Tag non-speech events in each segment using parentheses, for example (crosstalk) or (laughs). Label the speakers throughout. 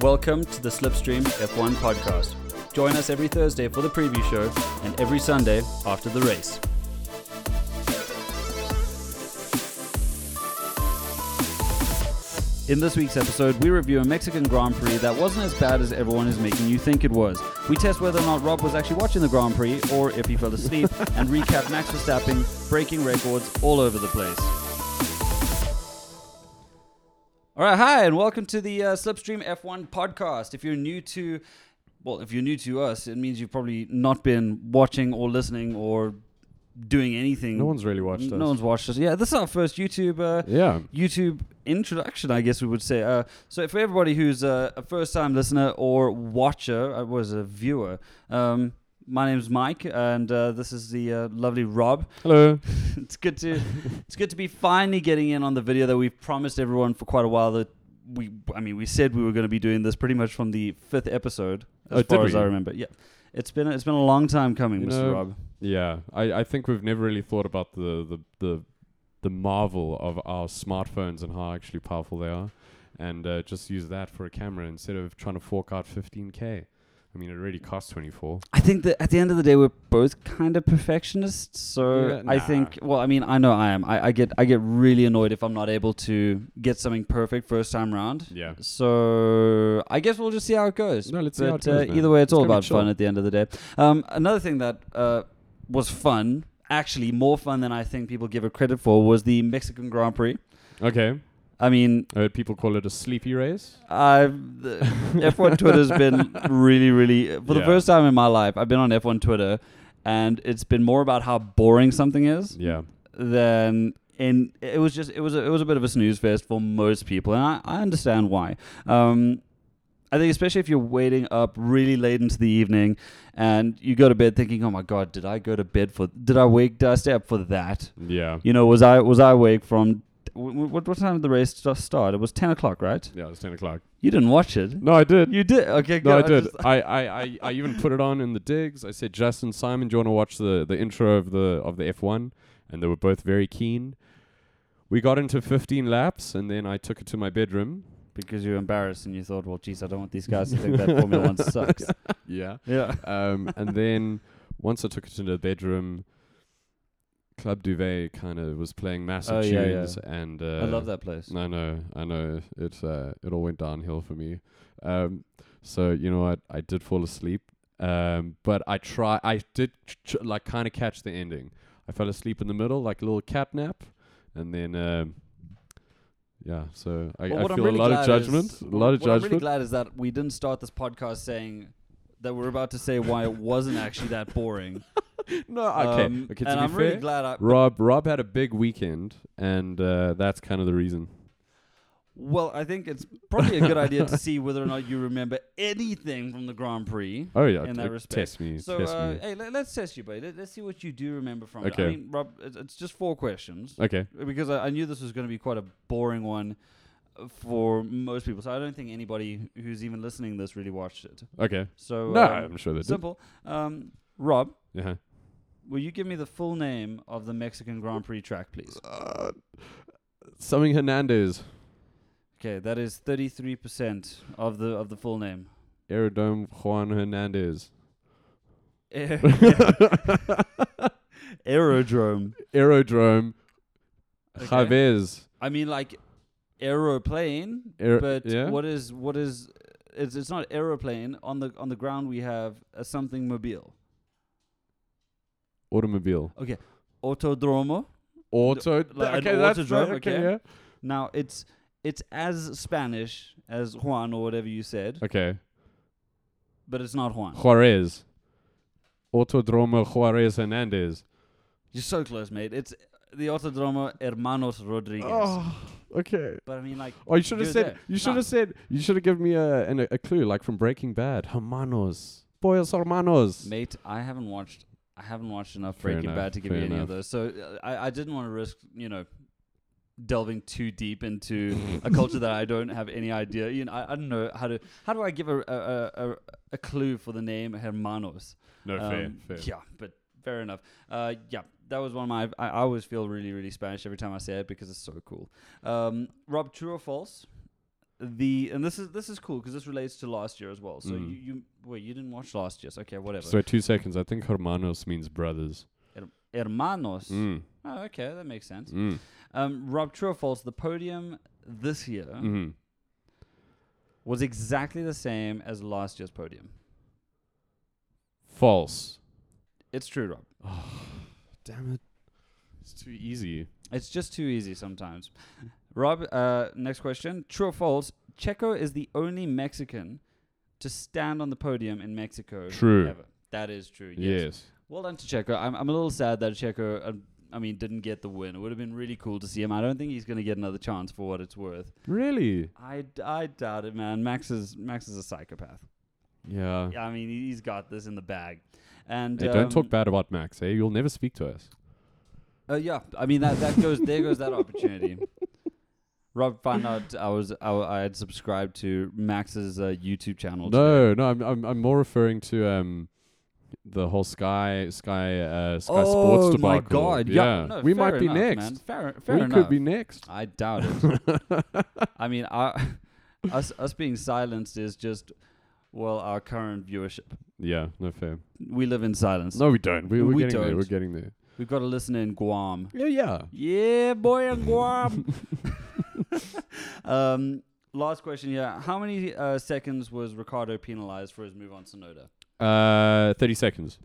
Speaker 1: Welcome to the Slipstream F1 podcast. Join us every Thursday for the preview show and every Sunday after the race. In this week's episode, we review a Mexican Grand Prix that wasn't as bad as everyone is making you think it was. We test whether or not Rob was actually watching the Grand Prix or if he fell
Speaker 2: (laughs)
Speaker 1: asleep and recap Max Verstappen breaking records all over the place. All right, hi, and welcome to the uh, Slipstream F1 podcast. If you're new to, well, if you're new to us, it means you've probably not been watching or listening or doing anything.
Speaker 2: No one's really watched us.
Speaker 1: No one's watched us. Yeah, this is our first YouTube uh,
Speaker 2: Yeah.
Speaker 1: YouTube introduction, I guess we would say. Uh, so for everybody who's uh, a first-time listener or watcher, uh, I was a viewer. Um, my name's Mike, and uh, this is the uh, lovely Rob. (laughs)
Speaker 2: Hello.
Speaker 1: it's good to it's good to be finally getting in on the video that we've promised everyone for quite a while. That we, I mean, we said we were going to be doing this pretty much from the fifth episode, as
Speaker 2: Oh, did
Speaker 1: far as
Speaker 2: we?
Speaker 1: I remember. Yeah, it's been it's been a long time coming,
Speaker 2: You
Speaker 1: Mr.
Speaker 2: know,
Speaker 1: Rob.
Speaker 2: Yeah. I, I think we've never really thought about the, the, the, the marvel of our smartphones and how actually powerful they are. And uh, just use that for a camera instead of trying to fork out 15K. I mean, it already costs 24.
Speaker 1: I think that at the end of the day, we're both kind of perfectionists. So
Speaker 2: Yeah,
Speaker 1: I
Speaker 2: nah.
Speaker 1: think, well, I mean, I know I am. I, I get, I get really annoyed if I'm not able to get something perfect first time round.
Speaker 2: Yeah.
Speaker 1: So I guess we'll just see how it goes.
Speaker 2: No, let's see how
Speaker 1: But,
Speaker 2: it goes,
Speaker 1: uh,
Speaker 2: man.
Speaker 1: either way, it's,
Speaker 2: It's
Speaker 1: all
Speaker 2: gonna be
Speaker 1: about fun
Speaker 2: chill.
Speaker 1: at the end of the day. Um, another thing that uh, was fun, actually more fun than I think people give it credit for, was the Mexican Grand Prix.
Speaker 2: Okay.
Speaker 1: I mean,
Speaker 2: I heard people call it a sleepy race.
Speaker 1: I've the F1 Twitter's been really, really for the
Speaker 2: Yeah.
Speaker 1: first time in my life. I've been on F1 Twitter, and it's been more about how boring something is
Speaker 2: Yeah.
Speaker 1: than and it was just it was a, it was a bit of a snooze fest for most people, and I, I understand why. Um, I think especially if you're waiting up really late into the evening, and you go to bed thinking, "Oh my God, did I go to bed for? Did I wake? Did I stay up for that?
Speaker 2: Yeah.
Speaker 1: You know, was I was I awake from?" What, what time did the race st- start? It was 10 o'clock, right?
Speaker 2: Yeah, it's 10 o'clock.
Speaker 1: You didn't watch it.
Speaker 2: No, I did.
Speaker 1: You did. (laughs) Okay, good.
Speaker 2: No, I
Speaker 1: I
Speaker 2: did.
Speaker 1: just-
Speaker 2: I, I, I, I even put it on in the digs. I said, Justin, Simon, do you want to watch the, the intro of the of the F one? And they were both very keen. We got into fifteen laps and then I took it to my bedroom.
Speaker 1: because you were embarrassed and you thought, well, geez, I don't want these guys to think (laughs) that Formula One sucks.
Speaker 2: Yeah.
Speaker 1: Yeah.
Speaker 2: Um
Speaker 1: (laughs)
Speaker 2: and then once I took it to the bedroom, Club Duvet kind of was playing massive
Speaker 1: Oh, yeah, yeah.
Speaker 2: tunes and uh,
Speaker 1: I love that place.
Speaker 2: I know, I know. It's uh, it all went downhill for me. Um, so you know, I I did fall asleep. Um, but I try. I did ch- ch- like kind of catch the ending. I fell asleep in the middle, like a little cat nap, and then um, yeah. So I,
Speaker 1: Well,
Speaker 2: I
Speaker 1: what I'm
Speaker 2: feel
Speaker 1: really
Speaker 2: a lot
Speaker 1: glad
Speaker 2: of judgment.
Speaker 1: is-
Speaker 2: a lot of
Speaker 1: what I'm really
Speaker 2: judgment.
Speaker 1: glad is that we didn't start this podcast saying that we're about to say why it wasn't actually that boring.
Speaker 2: no, (laughs) okay.
Speaker 1: Um,
Speaker 2: okay. To
Speaker 1: and
Speaker 2: be
Speaker 1: I'm
Speaker 2: fair,
Speaker 1: really glad I.
Speaker 2: Rob Rob had a big weekend, and uh, that's kind of the reason.
Speaker 1: Well, I think it's probably
Speaker 2: (laughs)
Speaker 1: a good idea to see whether or not you remember anything from the Grand Prix.
Speaker 2: Oh yeah,
Speaker 1: In
Speaker 2: t-
Speaker 1: that
Speaker 2: uh,
Speaker 1: respect.
Speaker 2: test me,
Speaker 1: So,
Speaker 2: test
Speaker 1: uh,
Speaker 2: me.
Speaker 1: hey, let, let's test you, buddy. Let, us see what you do remember from it. I
Speaker 2: Okay.
Speaker 1: mean, Rob, it's, it's just four questions.
Speaker 2: Okay,
Speaker 1: because I, I knew this was going to be quite a boring one uh, for most people. So I don't think anybody who's even listening to this really watched it.
Speaker 2: okay.
Speaker 1: So
Speaker 2: No,
Speaker 1: um,
Speaker 2: I'm sure they did.
Speaker 1: simple. Um, Rob,
Speaker 2: Yeah.
Speaker 1: will you give me the full name of the Mexican Grand Prix track, please?
Speaker 2: Uh, something Hernandez.
Speaker 1: Okay, that is thirty-three percent of the of the full
Speaker 2: (laughs)
Speaker 1: name. (laughs)
Speaker 2: Aerodome Juan Hernandez.
Speaker 1: Aerodrome.
Speaker 2: Aerodrome
Speaker 1: Okay.
Speaker 2: Chavez.
Speaker 1: I mean, like aeroplane,
Speaker 2: Aer-
Speaker 1: but
Speaker 2: yeah?
Speaker 1: what is what is? It's it's not aeroplane. On the on the ground, we have a something mobile.
Speaker 2: Automobile.
Speaker 1: Okay. Autodromo.
Speaker 2: Auto.
Speaker 1: like an
Speaker 2: okay, that's
Speaker 1: autodrome,
Speaker 2: right, okay,
Speaker 1: okay.
Speaker 2: yeah.
Speaker 1: Now it's it's as Spanish as Juan or whatever you said,
Speaker 2: Okay.
Speaker 1: but it's not Juan.
Speaker 2: Juarez. Autodromo Juarez Hernandez.
Speaker 1: You're so close, mate. It's the Autodromo Hermanos Rodriguez.
Speaker 2: Oh. okay.
Speaker 1: But I mean, like,
Speaker 2: Oh, you should
Speaker 1: You
Speaker 2: have
Speaker 1: were
Speaker 2: said.
Speaker 1: there. Ah.
Speaker 2: You should have
Speaker 1: No.
Speaker 2: said. You should have given me a, an, a clue, like from Breaking Bad. Hermanos. Boyos hermanos.
Speaker 1: mate, I haven't watched. I haven't watched enough
Speaker 2: Fair
Speaker 1: Breaking
Speaker 2: enough,
Speaker 1: Bad to give
Speaker 2: fair
Speaker 1: you any of
Speaker 2: enough.
Speaker 1: those. So uh, I, I didn't want to risk, you know, delving too deep
Speaker 2: (laughs)
Speaker 1: into a culture that I don't have any idea. You know, I, I don't know how to. How do I give a a, a, a, a clue for the name Hermanos?
Speaker 2: No,
Speaker 1: Um, Yeah, but fair enough. Uh, yeah, that was one of my. I, I always feel really, really Spanish every time I say it because it's so cool. Um, Rob, true or false? the and this is this is cool because this relates to last year as well. So
Speaker 2: Mm.
Speaker 1: you, you wait, you didn't watch last year, so okay, whatever.
Speaker 2: So two seconds. I think hermanos means brothers.
Speaker 1: Hermanos.
Speaker 2: Mm.
Speaker 1: Oh, okay, that makes sense.
Speaker 2: Mm.
Speaker 1: Um, Rob, true or false? The podium this year
Speaker 2: Mm.
Speaker 1: was exactly the same as last year's podium.
Speaker 2: False.
Speaker 1: It's true, Rob.
Speaker 2: Damn it. It's too easy.
Speaker 1: It's just too easy sometimes. Rob, uh, next question. True or false? Checo is the only Mexican to stand on the podium in Mexico.
Speaker 2: True.
Speaker 1: Ever. That is true. Yes.
Speaker 2: Yes.
Speaker 1: Well done to Checo. I'm, I'm a little sad that Checo, um, I mean, didn't get the win. It would have been really cool to see him. I don't think he's going to get another chance for what it's worth.
Speaker 2: Really?
Speaker 1: I, d- I doubt it, man. Max is Max is a psychopath.
Speaker 2: Yeah.
Speaker 1: I mean, he- he's got this in the bag. And
Speaker 2: Hey, don't
Speaker 1: um,
Speaker 2: talk bad about Max, eh? You'll never speak to us.
Speaker 1: Uh, yeah, I mean that that goes there goes that
Speaker 2: (laughs)
Speaker 1: opportunity. Rob found out I was I, I had subscribed to Max's uh, YouTube channel.
Speaker 2: No, no, I'm, I'm, I'm more referring to um, the whole Sky Sky uh, Sky Sports
Speaker 1: Oh
Speaker 2: debacle.
Speaker 1: my god! Yeah, no,
Speaker 2: we
Speaker 1: fair
Speaker 2: might be
Speaker 1: enough,
Speaker 2: next.
Speaker 1: Man. Fair, fair
Speaker 2: we
Speaker 1: enough.
Speaker 2: could be next.
Speaker 1: I doubt it.
Speaker 2: (laughs)
Speaker 1: I (laughs) mean, our, us us being silenced is just well our current viewership.
Speaker 2: Yeah, no fair.
Speaker 1: We live in silence.
Speaker 2: No, we don't. We, we're
Speaker 1: We
Speaker 2: getting there.
Speaker 1: don't.
Speaker 2: We're getting there.
Speaker 1: We've got a listener in Guam.
Speaker 2: Yeah, yeah.
Speaker 1: Yeah, boy in Guam. (laughs) um, last question here. How many uh, seconds was Ricardo penalized for his move on Sonoda?
Speaker 2: Uh, thirty seconds.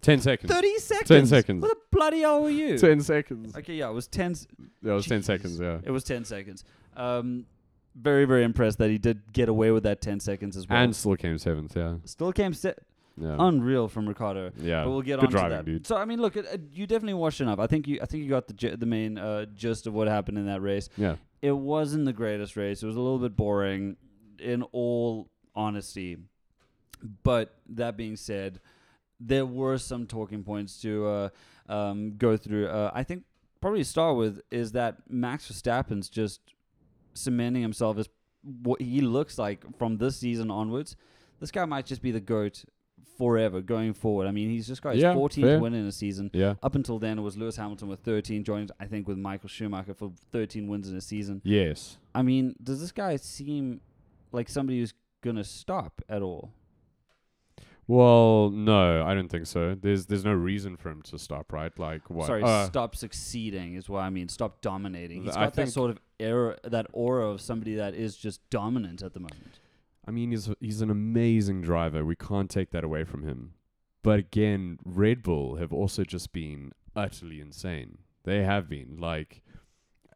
Speaker 2: Ten seconds.
Speaker 1: 30 seconds.
Speaker 2: seconds.
Speaker 1: What the bloody hell were you?
Speaker 2: Ten seconds.
Speaker 1: Okay, yeah, it was 10. s-
Speaker 2: That was ten
Speaker 1: Jeez.
Speaker 2: seconds. Yeah.
Speaker 1: It was 10 seconds. Um, very, very impressed that he did get away with that 10 seconds as well.
Speaker 2: And still came seventh. Yeah.
Speaker 1: Still came se-
Speaker 2: Yeah.
Speaker 1: unreal from Ricardo.
Speaker 2: yeah.
Speaker 1: But we'll get
Speaker 2: Good
Speaker 1: on to
Speaker 2: driving,
Speaker 1: that.
Speaker 2: dude.
Speaker 1: So I mean, look, it, uh, you definitely watched enough. I think you, I think you got the gi- the main uh, gist of what happened in that race.
Speaker 2: Yeah.
Speaker 1: it wasn't the greatest race. It was a little bit boring, in all honesty. But that being said, there were some talking points to uh, um, go through. Uh, I think probably to start with is that Max Verstappen's just cementing himself as what he looks like from this season onwards. This guy might just be the goat forever going forward. I mean, he's just got his
Speaker 2: Yeah,
Speaker 1: 14th
Speaker 2: fair.
Speaker 1: win in a season.
Speaker 2: Yeah.
Speaker 1: Up until then, it was Lewis Hamilton with 13, joined, I think, with Michael Schumacher for 13 wins in a season.
Speaker 2: Yes.
Speaker 1: I mean, does this guy seem like somebody who's going to stop at all?
Speaker 2: Well, no, I don't think so. There's there's no reason for him to stop, right? Like what?
Speaker 1: Sorry,
Speaker 2: Uh,
Speaker 1: stop succeeding is what I mean. Stop dominating. He's
Speaker 2: I
Speaker 1: got that
Speaker 2: think-
Speaker 1: sort of era, that aura of somebody that is just dominant at the moment.
Speaker 2: I mean, he's he's an amazing driver. We can't take that away from him. But again, Red Bull have also just been utterly insane. They have been like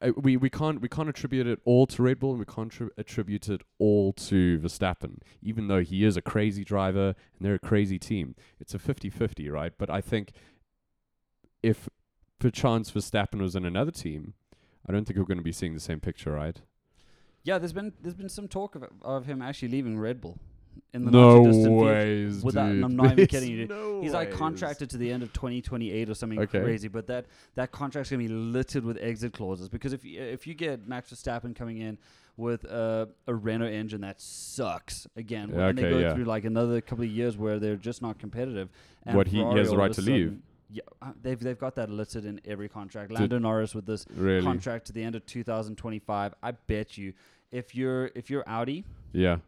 Speaker 2: uh, we we can't we can't attribute it all to Red Bull, and we can't tri- attribute it all to Verstappen. Even though he is a crazy driver and they're a crazy team, it's a 50-50, right? But I think if perchance Verstappen was in another team, I don't think we're going to be seeing the same picture, right?
Speaker 1: Yeah, there's been there's been some talk of, of him actually leaving Red Bull in the
Speaker 2: no
Speaker 1: not-too-distant future.
Speaker 2: ways,
Speaker 1: Without-
Speaker 2: dude.
Speaker 1: I'm not even
Speaker 2: (laughs) There's
Speaker 1: kidding you, dude.
Speaker 2: no
Speaker 1: He's like
Speaker 2: ways.
Speaker 1: contracted to the end of 2028 or something
Speaker 2: Okay.
Speaker 1: crazy, but that that contract's gonna be littered with exit clauses because if you, if you get Max Verstappen coming in with a, a Renault engine that sucks again,
Speaker 2: Yeah,
Speaker 1: and they
Speaker 2: okay,
Speaker 1: go
Speaker 2: yeah.
Speaker 1: through like another couple of years where they're just not competitive. And
Speaker 2: What, he- he
Speaker 1: Ferrari
Speaker 2: has the
Speaker 1: all of
Speaker 2: right
Speaker 1: a
Speaker 2: to leave?
Speaker 1: sudden- Yeah, uh, they've they've got that littered in every contract.
Speaker 2: Did-
Speaker 1: Lando Norris with this
Speaker 2: Really?
Speaker 1: contract to the end of 2025. I bet you, if you're if you're Audi,
Speaker 2: yeah.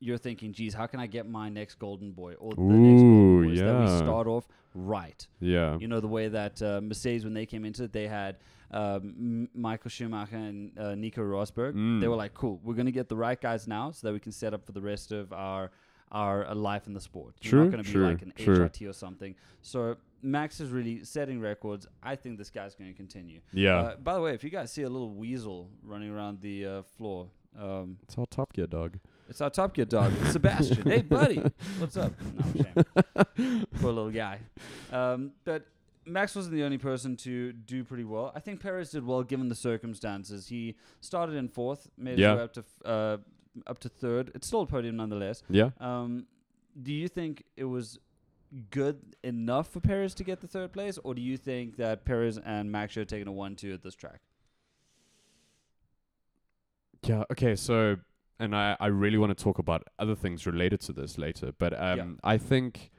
Speaker 1: you're thinking, geez, how can I get my next golden boy or the next
Speaker 2: Ooh,
Speaker 1: golden boys that we
Speaker 2: yeah.
Speaker 1: start off right?
Speaker 2: Yeah.
Speaker 1: You know, the way that uh, Mercedes, when they came into it, they had um, M- Michael Schumacher and uh, Nico Rosberg. They
Speaker 2: Mm.
Speaker 1: were like, cool, we're going to get the right guys now so that we can set up for the rest of our our uh, life in the sport. You're not
Speaker 2: True,
Speaker 1: going to be
Speaker 2: true,
Speaker 1: like an
Speaker 2: true.
Speaker 1: HRT or something. So Max is really setting records. I think this guy's going to continue.
Speaker 2: yeah.
Speaker 1: Uh, by the way, if you guys see a little weasel running around the uh, floor, um,
Speaker 2: it's all Top Gear, dog.
Speaker 1: it's our Top Gear dog, it's Sebastian. hey, buddy, what's up? (laughs) No, I'm ashamed. Poor little guy. Um, but Max wasn't the only person to do pretty well. I think Perez did well given the circumstances. He started in fourth, made
Speaker 2: Yeah.
Speaker 1: his way up to f- uh, up to third. It's still a podium nonetheless.
Speaker 2: Yeah.
Speaker 1: Um, do you think it was good enough for Perez to get the third place, or do you think that Perez and Max should have taken a one-two at this track?
Speaker 2: Yeah. Okay. So, and I, I really want to talk about other things related to this later, but um, I think,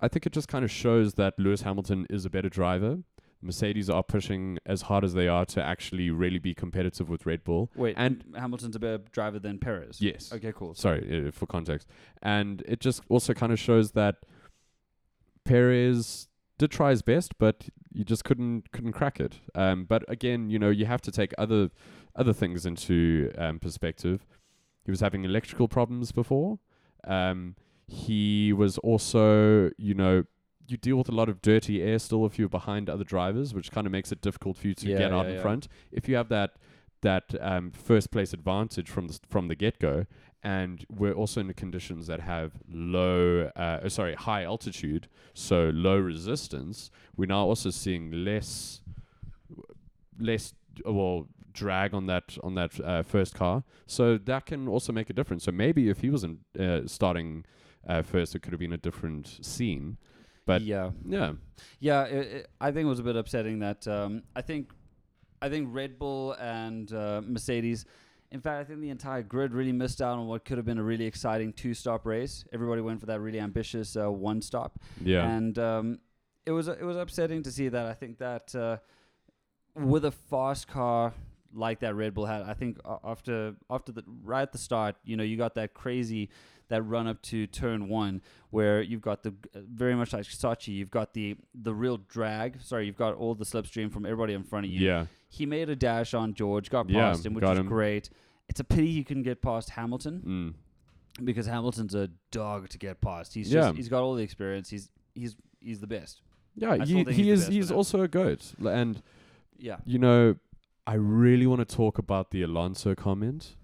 Speaker 2: I think it just kind of shows that Lewis Hamilton is a better driver. Mercedes are pushing as hard as they are to actually really be competitive with Red Bull.
Speaker 1: Wait,
Speaker 2: and-
Speaker 1: and Hamilton's a better driver than Perez.
Speaker 2: Yes.
Speaker 1: Okay, cool.
Speaker 2: Sorry, uh, for context. And it just also kind of shows that Perez did try his best, but you just couldn't couldn't crack it. Um, but again, you know, you have to take other other things into um, perspective. He was having electrical problems before. Um, he was also, you know, you deal with a lot of dirty air still if you're behind other drivers, which kind of makes it difficult for you to
Speaker 1: Yeah,
Speaker 2: get out
Speaker 1: yeah,
Speaker 2: in
Speaker 1: yeah.
Speaker 2: front. If you have that that um, first place advantage from the, s- from the get go, and we're also in the conditions that have low, uh, oh, sorry, high altitude, so low resistance. We're now also seeing less, less, uh, well, drag on that on that uh, first car. So that can also make a difference. So maybe if he wasn't uh, starting uh, first, it could have been a different scene. But
Speaker 1: yeah,
Speaker 2: yeah,
Speaker 1: yeah. It, it, I think it was a bit upsetting that um, I think, I think Red Bull and uh, Mercedes. In fact, I think the entire grid really missed out on what could have been a really exciting two-stop race. Everybody went for that really ambitious uh, one-stop.
Speaker 2: yeah,
Speaker 1: And um, it was it was upsetting to see that. I think that uh, with a fast car like that Red Bull had, I think a- after after the right at the start, you know, you got that crazy that run up to turn one where you've got the uh, very much like Sachi, you've got the the real drag. Sorry, you've got all the slipstream from everybody in front of you.
Speaker 2: yeah,
Speaker 1: He made a dash on George, got
Speaker 2: Yeah,
Speaker 1: past him, which
Speaker 2: got
Speaker 1: is
Speaker 2: him.
Speaker 1: great. It's a pity he couldn't get past Hamilton
Speaker 2: mm,
Speaker 1: because Hamilton's a dog to get past. He's
Speaker 2: Yeah.
Speaker 1: just he's got all the experience. He's he's he's the best.
Speaker 2: yeah.
Speaker 1: still
Speaker 2: He,
Speaker 1: think he's
Speaker 2: he
Speaker 1: the
Speaker 2: is
Speaker 1: best
Speaker 2: he's
Speaker 1: for that.
Speaker 2: also a goat, L- and
Speaker 1: Yeah.
Speaker 2: you know, I really want to talk about the Alonso comment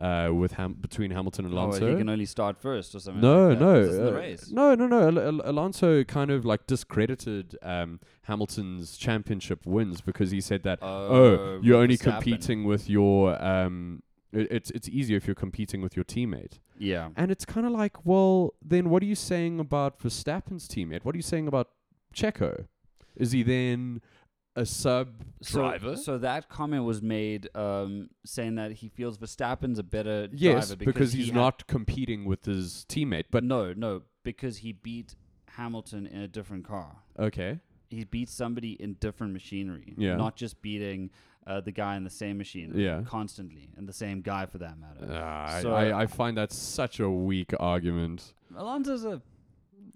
Speaker 2: uh, with Ham- between Hamilton and
Speaker 1: Oh,
Speaker 2: Alonso.
Speaker 1: he can only start first or something.
Speaker 2: no,
Speaker 1: like that.
Speaker 2: no,
Speaker 1: This isn't the
Speaker 2: uh,
Speaker 1: race.
Speaker 2: no, no, no. Al- Al- Alonso kind of like discredited um, Hamilton's championship wins because he said that oh, you're only
Speaker 1: Verstappen.
Speaker 2: competing with your um, i- it's it's easier if you're competing with your teammate.
Speaker 1: Yeah.
Speaker 2: And it's kind of like, well, then what are you saying about Verstappen's teammate? What are you saying about Checo? Is he then a sub driver?
Speaker 1: So, so that comment was made um, saying that he feels Verstappen's a better
Speaker 2: Yes,
Speaker 1: driver
Speaker 2: because, he's
Speaker 1: he ha-
Speaker 2: not competing with his teammate. But
Speaker 1: no, no, because he beat Hamilton in a different car.
Speaker 2: okay,
Speaker 1: He beat somebody in different machinery,
Speaker 2: Yeah.
Speaker 1: not just beating uh, the guy in the same machine
Speaker 2: Yeah.
Speaker 1: constantly, and the same guy for that matter.
Speaker 2: I,
Speaker 1: So-
Speaker 2: I, I find that such a weak argument.
Speaker 1: Alonso's a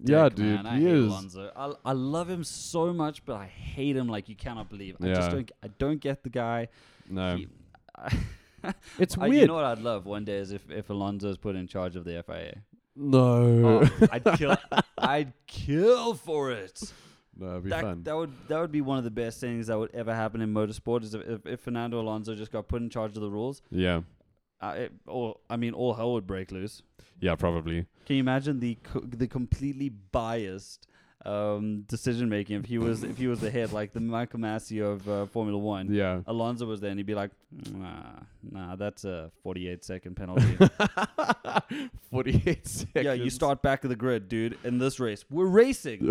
Speaker 2: yeah,
Speaker 1: dick,
Speaker 2: dude,
Speaker 1: man. I
Speaker 2: he
Speaker 1: hate
Speaker 2: is.
Speaker 1: Alonso. I, I love him so much, but I hate him like you cannot believe. I
Speaker 2: Yeah.
Speaker 1: just don't. I don't get the guy.
Speaker 2: No,
Speaker 1: He-
Speaker 2: (laughs) it's
Speaker 1: I-
Speaker 2: weird.
Speaker 1: you know what I'd love one day is if if Alonso is put in charge of the
Speaker 2: (laughs)
Speaker 1: FIA.
Speaker 2: no, (laughs)
Speaker 1: Oh, I'd kill. I'd kill for it.
Speaker 2: no, it'd be fun.
Speaker 1: That, that would that would be one of the best things that would ever happen in motorsport is if, if, if Fernando Alonso just got put in charge of the rules.
Speaker 2: yeah,
Speaker 1: Uh, it, all I mean, all hell would break loose.
Speaker 2: yeah, probably.
Speaker 1: Can you imagine the co- the completely biased um, decision making if he was if he was the head like the Michael Massey of uh, Formula One?
Speaker 2: Yeah,
Speaker 1: Alonso was there, and he'd be like, "Nah, nah, that's a 48 second
Speaker 2: (laughs)
Speaker 1: penalty."
Speaker 2: forty-eight seconds.
Speaker 1: yeah, you start back of the grid, dude. In this race, we're racing.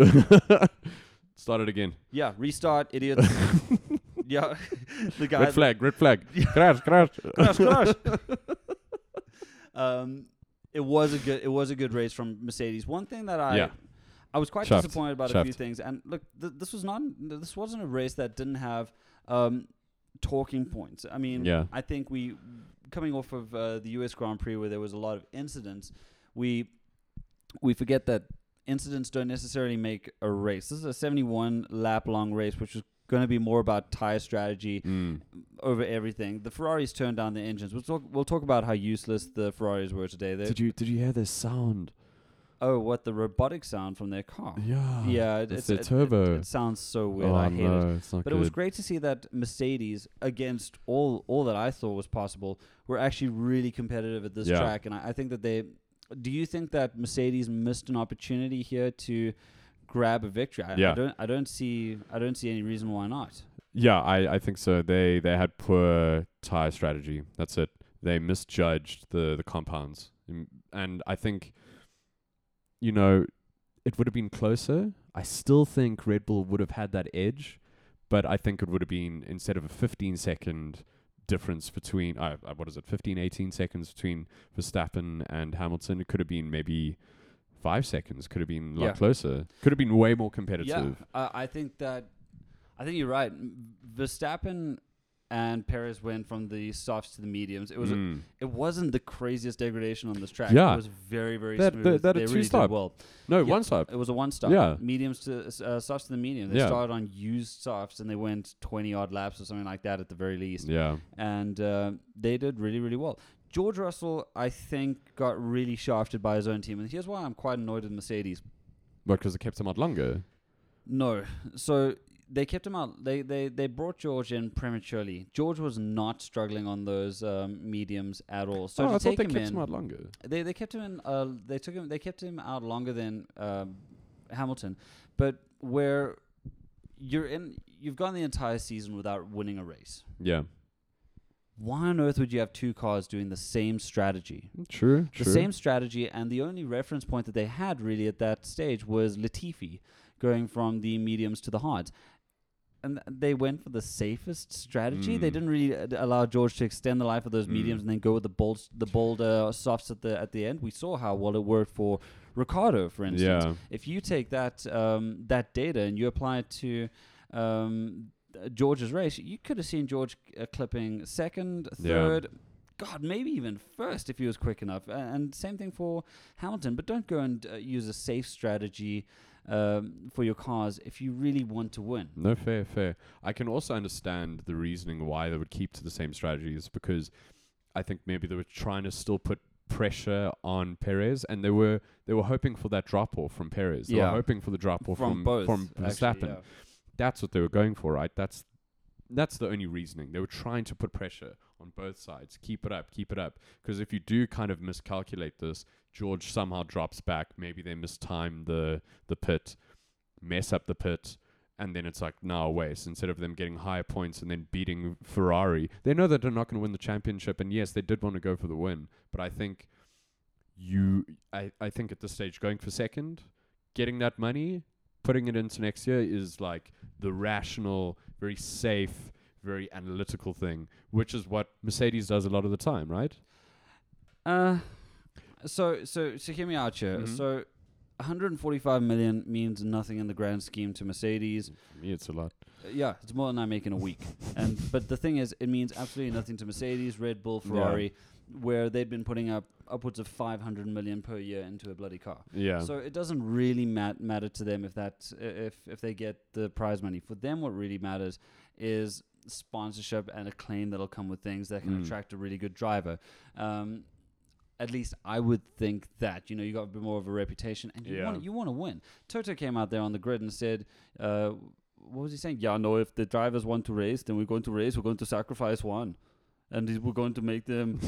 Speaker 2: (laughs) start it again.
Speaker 1: yeah,
Speaker 2: (laughs)
Speaker 1: restart, idiots. yeah, (laughs) the guy. (laughs)
Speaker 2: red flag, red flag. crash, crash.
Speaker 1: Crash, (laughs) crash. um, it was a good. It was a good race from Mercedes. One thing that I.
Speaker 2: Yeah.
Speaker 1: I was quite
Speaker 2: Shaft.
Speaker 1: disappointed about a few
Speaker 2: Shaft.
Speaker 1: things, and look, th- this was not this wasn't a race that didn't have um, talking points. I mean,
Speaker 2: Yeah.
Speaker 1: I think we coming off of uh, the U.S. Grand Prix where there was a lot of incidents, we we forget that incidents don't necessarily make a race. This is a 71 lap long race, which is going to be more about tire strategy
Speaker 2: (laughs) Mm.
Speaker 1: over everything. The Ferraris turned down the engines. We'll talk. We'll talk about how useless the Ferraris were today. They,
Speaker 2: Did you did you hear this sound?
Speaker 1: oh, what the robotic sound from their car.
Speaker 2: Yeah.
Speaker 1: Yeah, it,
Speaker 2: It's
Speaker 1: it's,
Speaker 2: the
Speaker 1: it- it-
Speaker 2: turbo.
Speaker 1: It, sounds so weird.
Speaker 2: Oh,
Speaker 1: I hate it.
Speaker 2: no, it's not
Speaker 1: But
Speaker 2: good.
Speaker 1: it was great to see that Mercedes, against all all that I thought was possible, were actually really competitive at this
Speaker 2: Yeah.
Speaker 1: track. And I, I think that they. Do you think that Mercedes missed an opportunity here to grab a victory? I,
Speaker 2: Yeah.
Speaker 1: I don't. I don't see. I don't see any reason why not.
Speaker 2: Yeah, I, I think so. They they had poor tire strategy. That's it. They misjudged the the compounds, Mm, and I think, you know, it would have been closer. I still think Red Bull would have had that edge, but I think it would have been instead of a 15 second difference between uh, uh, what is it 15 18 seconds between Verstappen and Hamilton it could have been maybe 5 seconds could have been a lot
Speaker 1: Yeah.
Speaker 2: closer could have been way more competitive
Speaker 1: Yeah, I I think that I think you're right. Verstappen and Perez went from the softs to the mediums. It was a,
Speaker 2: Mm.
Speaker 1: it wasn't the craziest degradation on this track.
Speaker 2: Yeah.
Speaker 1: it was very very
Speaker 2: They had- they-
Speaker 1: smooth.
Speaker 2: they had a
Speaker 1: they really
Speaker 2: two-stop.
Speaker 1: did well.
Speaker 2: no
Speaker 1: yeah.
Speaker 2: one stop.
Speaker 1: It was a one stop.
Speaker 2: Yeah.
Speaker 1: mediums to uh, softs to the medium. They
Speaker 2: Yeah.
Speaker 1: started on used softs and they went twenty odd laps or something like that at the very least.
Speaker 2: Yeah,
Speaker 1: And uh, they did really really well. George Russell, I think, got really shafted by his own team, and here's why I'm quite annoyed at Mercedes.
Speaker 2: but because it kept him out longer.
Speaker 1: No. So they kept him out. They they they brought George in prematurely. George was not struggling on those um, mediums at all. So
Speaker 2: oh,
Speaker 1: to
Speaker 2: I
Speaker 1: take
Speaker 2: thought they
Speaker 1: him
Speaker 2: kept
Speaker 1: in,
Speaker 2: him out longer.
Speaker 1: they they kept him in. Uh, they took him. They kept him out longer than um, Hamilton, but where you're in, you've gone the entire season without winning a race.
Speaker 2: Yeah,
Speaker 1: Why on earth would you have two cars doing the same strategy?
Speaker 2: true, true.
Speaker 1: the same strategy, and the only reference point that they had really at that stage was Latifi going from the mediums to the hards. And th- they went for the safest strategy. They
Speaker 2: Mm.
Speaker 1: didn't really uh, d- allow George to extend the life of those
Speaker 2: Mm.
Speaker 1: mediums and then go with the bold, the bold uh, softs at the at the end. We saw how well it worked for Ricardo, for instance.
Speaker 2: Yeah,
Speaker 1: If you take that um, that data and you apply it to um, uh, George's race, you could have seen George uh, clipping second,
Speaker 2: Yeah.
Speaker 1: third, God, maybe even first if he was quick enough. A- And same thing for Hamilton. But don't go and uh, use a safe strategy um, for your cars if you really want to win.
Speaker 2: no, fair, fair. I can also understand the reasoning why they would keep to the same strategies because I think maybe they were trying to still put pressure on Perez, and they were they were hoping for that drop off from Perez. They
Speaker 1: Yeah.
Speaker 2: were hoping for the drop off from
Speaker 1: both,
Speaker 2: from
Speaker 1: actually,
Speaker 2: Verstappen.
Speaker 1: yeah.
Speaker 2: that's what they were going for, right? That's that's the only reasoning. They were trying to put pressure on both sides. Keep it up, keep it up. Because if you do kind of miscalculate this, George somehow drops back. Maybe they mistime the the pit, mess up the pit, and then it's like now waste. Instead of them getting higher points and then beating Ferrari, they know that they're not going to win the championship. And yes, they did want to go for the win, but I think you, I, I think at this stage, going for second, getting that money, putting it into next year is like the rational, very safe, very analytical thing, which is what Mercedes does a lot of the time, right?
Speaker 1: Uh, so so so hear me out here.
Speaker 2: Mhm.
Speaker 1: So. 145 million means nothing in the grand scheme to Mercedes.
Speaker 2: For me, it's a lot.
Speaker 1: Uh, Yeah, it's more than I make in a
Speaker 2: (laughs)
Speaker 1: week. and but the thing is, it means absolutely nothing to Mercedes, Red Bull,
Speaker 2: Yeah.
Speaker 1: Ferrari, where they've been putting up upwards of 500 million per year into a bloody car.
Speaker 2: Yeah.
Speaker 1: So it doesn't really mat- matter to them if that i- if if they get the prize money. For them, what really matters is sponsorship and acclaim that'll come with things that can
Speaker 2: Mm.
Speaker 1: attract a really good driver. Um, at least I would think that you know you got a bit more of a reputation and you
Speaker 2: Yeah.
Speaker 1: want you want to win. Toto came out there on the grid and said. Uh, what was he saying? Yeah, no. If the drivers want to race, then we're going to race. We're going to sacrifice one, and we're going to make them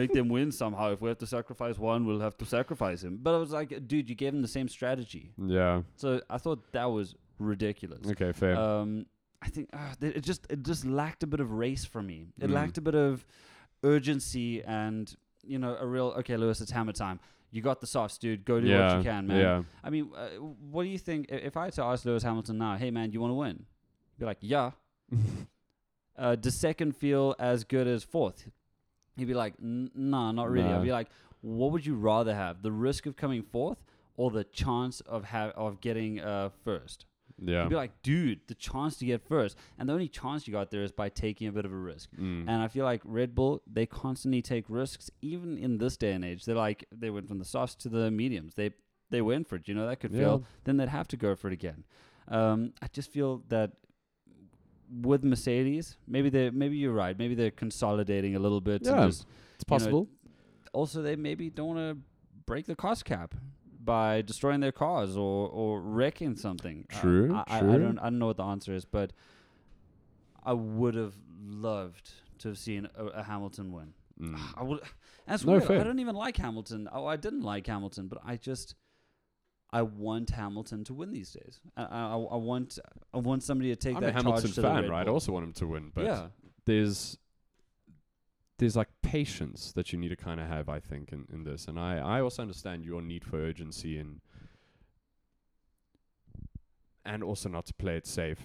Speaker 1: make them win somehow. If we have to sacrifice one, we'll have to sacrifice him. But I was like, dude, you gave him the same strategy.
Speaker 2: yeah.
Speaker 1: So I thought that was ridiculous.
Speaker 2: Okay, fair.
Speaker 1: Um, I think uh, it just it just lacked a bit of race for me. It
Speaker 2: Mm.
Speaker 1: lacked a bit of urgency and you know a real okay, Lewis, it's hammer time. You got the sauce, dude. Go do
Speaker 2: yeah.
Speaker 1: what you can, man.
Speaker 2: Yeah.
Speaker 1: (laughs) I mean, uh, what do you think i- if I had to ask Lewis Hamilton now? Hey, man, you want to win? He'd be like, yeah. uh, does second feel as good as fourth? He'd be like, N- nah, not really.
Speaker 2: Nah.
Speaker 1: I'd be like, what would you rather have, the risk of coming fourth or the chance of ha- of getting uh, first?
Speaker 2: Yeah.
Speaker 1: He'd be like, dude, the chance to get first, and the only chance you got there is by taking a bit of a risk.
Speaker 2: Mm.
Speaker 1: And I feel like Red Bull, they constantly take risks, even in this day and age. They're like, they went from the softs to the mediums. They they went for it. You know, that could fail. Then they'd have to go for it again. Um, I just feel that with Mercedes, maybe they maybe you're right. Maybe they're consolidating a little bit. and
Speaker 2: Yeah.
Speaker 1: just-
Speaker 2: It's possible.
Speaker 1: also, they maybe don't want to break the cost cap by destroying their cars or or wrecking something. I-
Speaker 2: True,
Speaker 1: I, I, I
Speaker 2: true.
Speaker 1: don't I don't know what the answer is, but I would have loved to have seen a, a Hamilton win.
Speaker 2: Mm.
Speaker 1: (sighs) I would. That's
Speaker 2: No,
Speaker 1: weird.
Speaker 2: fair.
Speaker 1: I don't even like Hamilton. Oh, I didn't like Hamilton, but I just I want Hamilton to win these days. I I, I I want I want somebody to take
Speaker 2: I'm
Speaker 1: that
Speaker 2: a Hamilton
Speaker 1: charge to the
Speaker 2: fan,
Speaker 1: Red
Speaker 2: right? I
Speaker 1: Bull.
Speaker 2: also want him to win, but
Speaker 1: yeah,
Speaker 2: there's there's like patience that you need to kind of have, I think, in, in this. And I, I also understand your need for urgency and and also not to play it safe.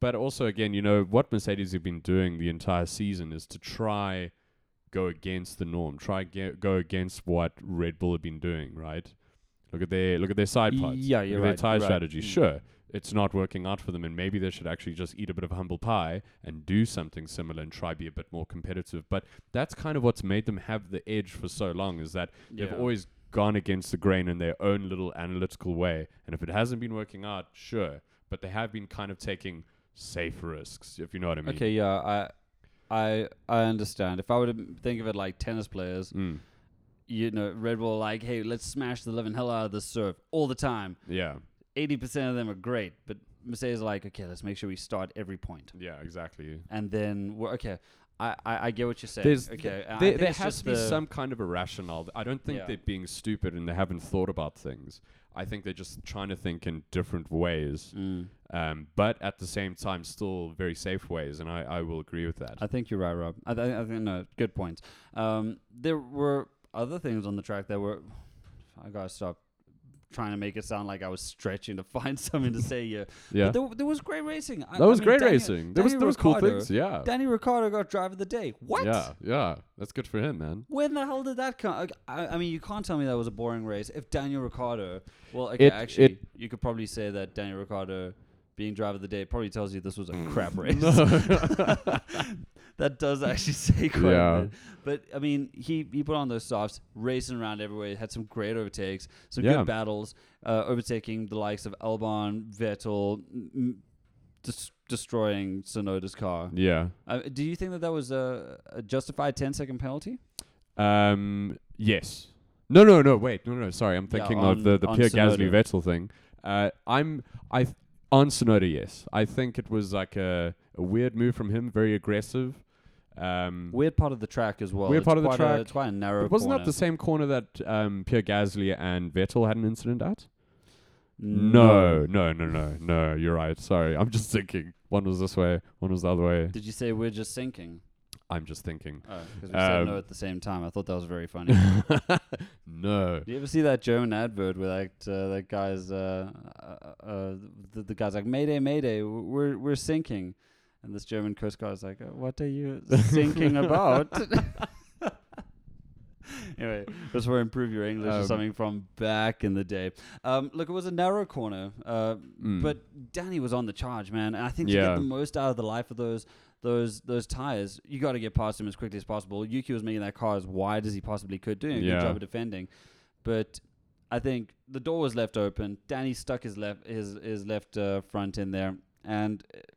Speaker 2: But also again, you know, what Mercedes have been doing the entire season is to try go against the norm, try ge- go against what Red Bull have been doing, right? Look at their look at their side pods.
Speaker 1: Yeah, you're
Speaker 2: look at
Speaker 1: right,
Speaker 2: Their tire
Speaker 1: right.
Speaker 2: strategy,
Speaker 1: Mm.
Speaker 2: sure. it's not working out for them and maybe they should actually just eat a bit of humble pie and do something similar and try be a bit more competitive but that's kind of what's made them have the edge for so long is that
Speaker 1: Yeah.
Speaker 2: they've always gone against the grain in their own little analytical way and if it hasn't been working out sure but they have been kind of taking safe risks if you know what i mean
Speaker 1: Okay, yeah, I, I, I understand. If I were to m- think of it like tennis players,
Speaker 2: Mm.
Speaker 1: you know, Red Bull, like, hey, let's smash the living hell out of this serve all the time.
Speaker 2: yeah
Speaker 1: Eighty percent of them are great, but Mercedes are like, okay, let's make sure we start every point,
Speaker 2: yeah exactly
Speaker 1: and then we're okay. I, I, I get what you're saying.
Speaker 2: There's-
Speaker 1: okay, and I
Speaker 2: there,
Speaker 1: think
Speaker 2: there
Speaker 1: it's
Speaker 2: has
Speaker 1: just
Speaker 2: to be
Speaker 1: the-
Speaker 2: some kind of a rationale. I don't think
Speaker 1: Yeah.
Speaker 2: they're being stupid and they haven't thought about things. I think they're just trying to think in different ways,
Speaker 1: Mm.
Speaker 2: um, but at the same time, still very safe ways. And I, I will agree with that.
Speaker 1: I think you're right, Rob. I, th- I think no, good point. Um, there were other things on the track that were. I gotta stop trying to make it sound like I was stretching to (laughs) find something to say here.
Speaker 2: yeah,
Speaker 1: But there, there was great racing. I,
Speaker 2: that was
Speaker 1: I mean,
Speaker 2: great
Speaker 1: Daniel-
Speaker 2: racing. There was
Speaker 1: Daniel
Speaker 2: there was cool
Speaker 1: Ricciardo-
Speaker 2: things. Yeah,
Speaker 1: Danny Ricardo got driver of the day. What?
Speaker 2: yeah, yeah. That's good for him, man.
Speaker 1: When the hell did that come? like, I, I mean, you can't tell me that was a boring race. If Daniel Ricciardo, well, okay,
Speaker 2: It-
Speaker 1: actually,
Speaker 2: it-
Speaker 1: you could probably say that Daniel Ricciardo being driver of the day probably tells you this was a
Speaker 2: Hmm. (laughs)
Speaker 1: crap race. (laughs) that does actually say quite
Speaker 2: Yeah.
Speaker 1: a bit. But I mean, he, he put on those softs, racing around everywhere. Had some great overtakes, some
Speaker 2: Yeah.
Speaker 1: good battles, uh, overtaking the likes of Albon, Vettel, m- m- des- destroying Sonoda's car.
Speaker 2: Yeah.
Speaker 1: Uh, do you think that that was a, a justified 10 second penalty?
Speaker 2: Um. Yes. No. No. No. Wait. No. No. Sorry. I'm
Speaker 1: Yeah,
Speaker 2: thinking
Speaker 1: on-
Speaker 2: of the the
Speaker 1: on
Speaker 2: Pierre Gasly
Speaker 1: Sonoda.
Speaker 2: Vettel thing. Uh. I'm. I. Th- on Sonoda. Yes. I think it was like a, a weird move from him. Very aggressive. Um.
Speaker 1: Weird part of the track as well.
Speaker 2: Weird
Speaker 1: It's
Speaker 2: part of the
Speaker 1: quite A,
Speaker 2: track.
Speaker 1: it's quite a narrow.
Speaker 2: But wasn't that
Speaker 1: corner.
Speaker 2: the same corner that um, Pierre Gasly and Vettel had an incident at?
Speaker 1: No.
Speaker 2: no, no, no, no. You're right. Sorry, I'm just thinking. One was this way, one was the other way.
Speaker 1: Did you say we're just sinking?
Speaker 2: I'm just thinking. (laughs)
Speaker 1: Oh, because we said
Speaker 2: Um,
Speaker 1: no at the same time. I thought that was very funny.
Speaker 2: no.
Speaker 1: Do you ever see that German advert where that uh, that guy's uh, uh, uh, the, the guy's like Mayday, Mayday, we're we're sinking, and this German coast guard's like, uh, what are
Speaker 2: (laughs)
Speaker 1: you sinking about? anyway, that's where improve your English or
Speaker 2: Um,
Speaker 1: something from back in the day. Um, look, it was a narrow corner, uh,
Speaker 2: Mm.
Speaker 1: but Danny was on the charge, man. And I think to
Speaker 2: Yeah.
Speaker 1: get the most out of the life of those those those tires, you got to get past him as quickly as possible. Yuki was making that car as wide as he possibly could, doing a
Speaker 2: Yeah.
Speaker 1: good job of defending. But I think the door was left open. Danny stuck his left his his left uh, front in there, and it,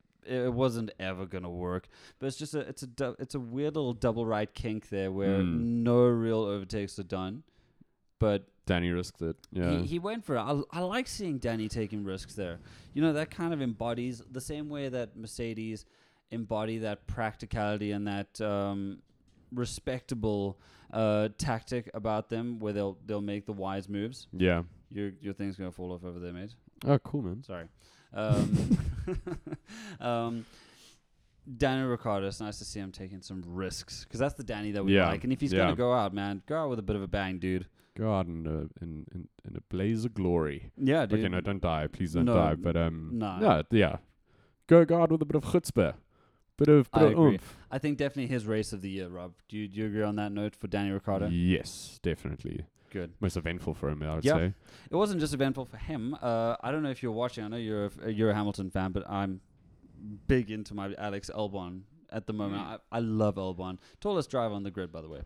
Speaker 1: it wasn't ever gonna work. But it's just a it's a dou- it's a weird little double right kink there where
Speaker 2: Mm.
Speaker 1: no real overtakes are done. But
Speaker 2: Danny risked it. Yeah.
Speaker 1: he, he went for it. I, I like seeing Danny taking risks there. You know, that kind of embodies the same way that Mercedes embody that practicality and that um, respectable uh, tactic about them, where they'll they'll make the wise moves.
Speaker 2: yeah.
Speaker 1: Your your thing's gonna fall off over there, mate.
Speaker 2: Oh, cool, man.
Speaker 1: Sorry. Um, (laughs) um, Danny Ricardo, it's nice to see him taking some risks because that's the Danny that we
Speaker 2: Yeah,
Speaker 1: like. And if he's
Speaker 2: yeah.
Speaker 1: gonna go out, man, go out with a bit of a bang, dude.
Speaker 2: Go out in a in, in, in a blaze of glory.
Speaker 1: Yeah, dude.
Speaker 2: Okay, no, don't die. Please don't
Speaker 1: No,
Speaker 2: die. But um,
Speaker 1: no.
Speaker 2: yeah, yeah. Go guard with a bit of chutzpah, bit of bit
Speaker 1: I
Speaker 2: of
Speaker 1: agree.
Speaker 2: oomph.
Speaker 1: I think definitely his race of the year, Rob. Do you, do you agree on that note for Danny Ricciardo?
Speaker 2: Yes, definitely.
Speaker 1: Good.
Speaker 2: Most eventful for him, I would
Speaker 1: Yeah.
Speaker 2: say.
Speaker 1: It wasn't just eventful for him. Uh, I don't know if you're watching. I know you're a, f- you're a Hamilton fan, but I'm big into my Alex Albon at the moment.
Speaker 2: Mm.
Speaker 1: I, I love Albon. Tallest driver on the grid, by the way.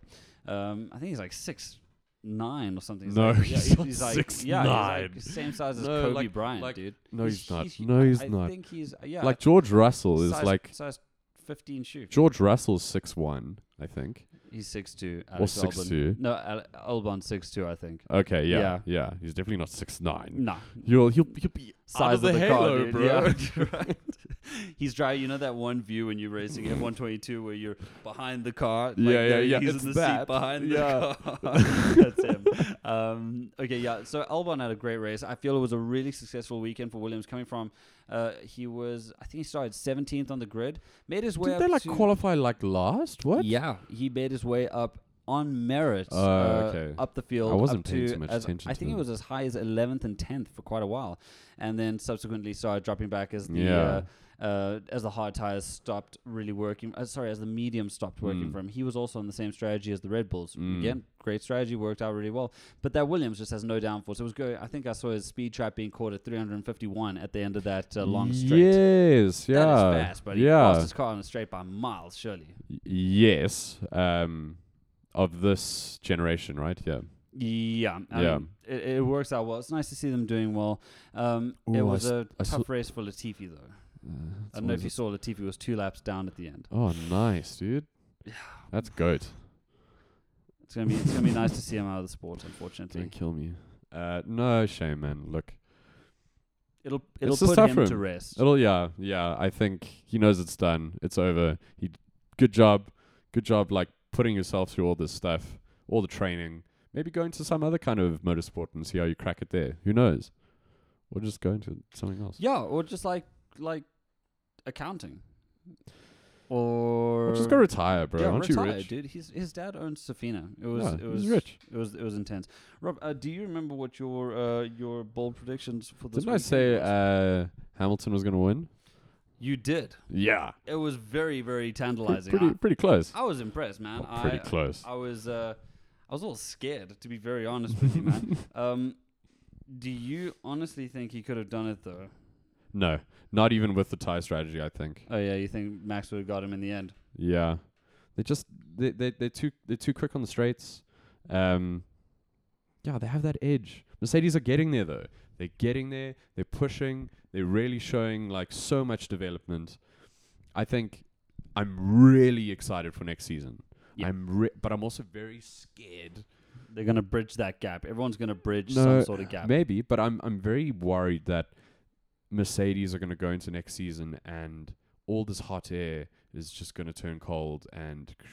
Speaker 1: Um, I think he's like six nine or something.
Speaker 2: No,
Speaker 1: like,
Speaker 2: he's not
Speaker 1: like,
Speaker 2: 6'9".
Speaker 1: yeah, he's like same size as
Speaker 2: No,
Speaker 1: Kobe
Speaker 2: like-
Speaker 1: Bryant,
Speaker 2: like-
Speaker 1: dude.
Speaker 2: No, he's, not.
Speaker 1: huge.
Speaker 2: no, he's
Speaker 1: I
Speaker 2: not.
Speaker 1: think he's yeah.
Speaker 2: like George Russell is
Speaker 1: size,
Speaker 2: like
Speaker 1: size fifteen shoe.
Speaker 2: George Russell's six one, I think,
Speaker 1: He's six two.
Speaker 2: or six two.
Speaker 1: No, Al- Albon six two. I think.
Speaker 2: Okay, yeah,
Speaker 1: Yeah.
Speaker 2: yeah, He's definitely not six nine.
Speaker 1: No,
Speaker 2: You'll he'll, he'll be
Speaker 1: size
Speaker 2: of the halo,
Speaker 1: car, dude.
Speaker 2: bro.
Speaker 1: Yeah, you're (laughs) right. He's driving. You know that one view when you're racing F122 where you're behind the car. Like
Speaker 2: Yeah, yeah,
Speaker 1: there,
Speaker 2: yeah,
Speaker 1: He's
Speaker 2: it's
Speaker 1: in the seat
Speaker 2: that.
Speaker 1: behind
Speaker 2: Yeah.
Speaker 1: the car.
Speaker 2: (laughs)
Speaker 1: That's him. Um, okay, yeah. So Albon had a great race. I feel it was a really successful weekend for Williams. Coming from, uh, he was. I think he started 17th on the grid. Made his way.
Speaker 2: Did
Speaker 1: up
Speaker 2: they like
Speaker 1: to,
Speaker 2: qualify like last? What?
Speaker 1: Yeah, he made his way up on merit
Speaker 2: Oh,
Speaker 1: uh,
Speaker 2: okay.
Speaker 1: up the field.
Speaker 2: I wasn't
Speaker 1: up
Speaker 2: paying
Speaker 1: to
Speaker 2: too much
Speaker 1: as-
Speaker 2: attention
Speaker 1: I
Speaker 2: to
Speaker 1: think it
Speaker 2: them.
Speaker 1: was as high as 11th and 10th for quite a while, and then subsequently started dropping back as the
Speaker 2: Yeah.
Speaker 1: uh, uh, as the hard tires stopped really working. Uh, sorry, as the medium stopped working
Speaker 2: Mm.
Speaker 1: for him. He was also on the same strategy as the Red Bulls.
Speaker 2: Mm.
Speaker 1: Again, great strategy, worked out really well. But that Williams just has no downforce. It was good. I think I saw his speed trap being caught at 351 at the end of that uh, long straight.
Speaker 2: Yes, yeah,
Speaker 1: That is fast, but he
Speaker 2: yeah,
Speaker 1: lost his car on a straight by miles, surely.
Speaker 2: Y- yes. Um, of this generation, right? Yeah.
Speaker 1: Yeah, I
Speaker 2: Yeah.
Speaker 1: mean, it, it works out well. It's nice to see them doing well. Um, it
Speaker 2: Ooh, I
Speaker 1: was
Speaker 2: s-
Speaker 1: a
Speaker 2: I
Speaker 1: tough
Speaker 2: saw-
Speaker 1: race for Latifi, though. I
Speaker 2: Uh,
Speaker 1: don't know if you saw Latifi was two laps down at the end.
Speaker 2: oh, nice, dude. That's good.
Speaker 1: It's gonna be it's gonna be nice to see him out of the sport. Unfortunately,
Speaker 2: Don't kill me. Uh, no shame, man. Look,
Speaker 1: it'll it'll
Speaker 2: just
Speaker 1: put
Speaker 2: tough
Speaker 1: him
Speaker 2: for
Speaker 1: to
Speaker 2: him.
Speaker 1: rest.
Speaker 2: It'll, yeah, yeah. I think he knows it's done. It's over. He, good job, good job. Like putting yourself through all this stuff, all the training. Maybe go into some other kind of motorsport and see how you crack it there. Who knows? Or just go into something else.
Speaker 1: Yeah, or just like like accounting, or
Speaker 2: Or just go retire, bro.
Speaker 1: Yeah,
Speaker 2: Aren't
Speaker 1: retire,
Speaker 2: you rich?
Speaker 1: dude. His his dad owns Safina. It was
Speaker 2: Yeah,
Speaker 1: it
Speaker 2: he's
Speaker 1: was
Speaker 2: rich.
Speaker 1: It was it was intense. Rob, uh, do you remember what your uh, your bold predictions for this?
Speaker 2: Didn't I
Speaker 1: weekend
Speaker 2: say
Speaker 1: was?
Speaker 2: uh, Hamilton was gonna win?
Speaker 1: you did?
Speaker 2: Yeah,
Speaker 1: It was very very
Speaker 2: pretty
Speaker 1: tantalizing.
Speaker 2: pretty, pretty close.
Speaker 1: I, I was impressed, man.
Speaker 2: Well, pretty
Speaker 1: I,
Speaker 2: close.
Speaker 1: I was uh, I was a little scared, to be very honest with you, man.
Speaker 2: (laughs)
Speaker 1: Um, do you honestly think he could have done it though?
Speaker 2: no, not even with the tie strategy. I think.
Speaker 1: Oh yeah, you think Max would have got him in the end?
Speaker 2: Yeah, they just they they they're too they're too quick on the straights. Um, yeah, they have that edge. Mercedes are getting there though. They're getting there. They're pushing. They're really showing like so much development. I think I'm really excited for next season.
Speaker 1: Yeah.
Speaker 2: I'm re- but I'm also very scared.
Speaker 1: They're gonna bridge that gap. Everyone's gonna bridge
Speaker 2: No,
Speaker 1: some sort of gap.
Speaker 2: Maybe, but I'm I'm very worried that Mercedes are going to go into next season and all this hot air is just going to turn cold and (sighs)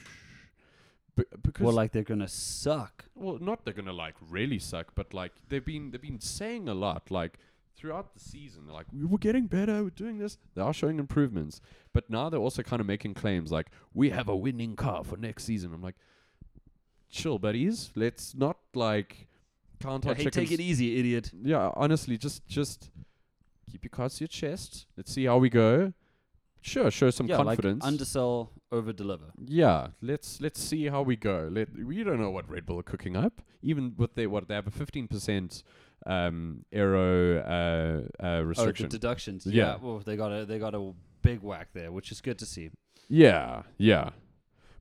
Speaker 2: be- because
Speaker 1: Well,
Speaker 2: well,
Speaker 1: like they're gonna suck.
Speaker 2: not they're going to like really suck, but like they've been they've been saying a lot like throughout the season they're like we were getting better, we're doing this. They are showing improvements, but now they're also kind of making claims like we have a winning car for next season. I'm like chill buddies, let's not like count our
Speaker 1: hey,
Speaker 2: chickens
Speaker 1: take it easy, idiot.
Speaker 2: yeah, honestly, just just keep your cards to your chest. Let's see how we go. Sure, show some
Speaker 1: yeah,
Speaker 2: confidence.
Speaker 1: like undersell, Oh, over deliver.
Speaker 2: yeah, let's let's see how we go. Let we don't know what Red Bull are cooking up. Even with their what they have a fifteen percent um aero uh, uh
Speaker 1: Oh, the
Speaker 2: restriction.
Speaker 1: deductions. Yeah.
Speaker 2: Yeah.
Speaker 1: Well, they got a they got a big whack there, which is good to see.
Speaker 2: yeah, yeah.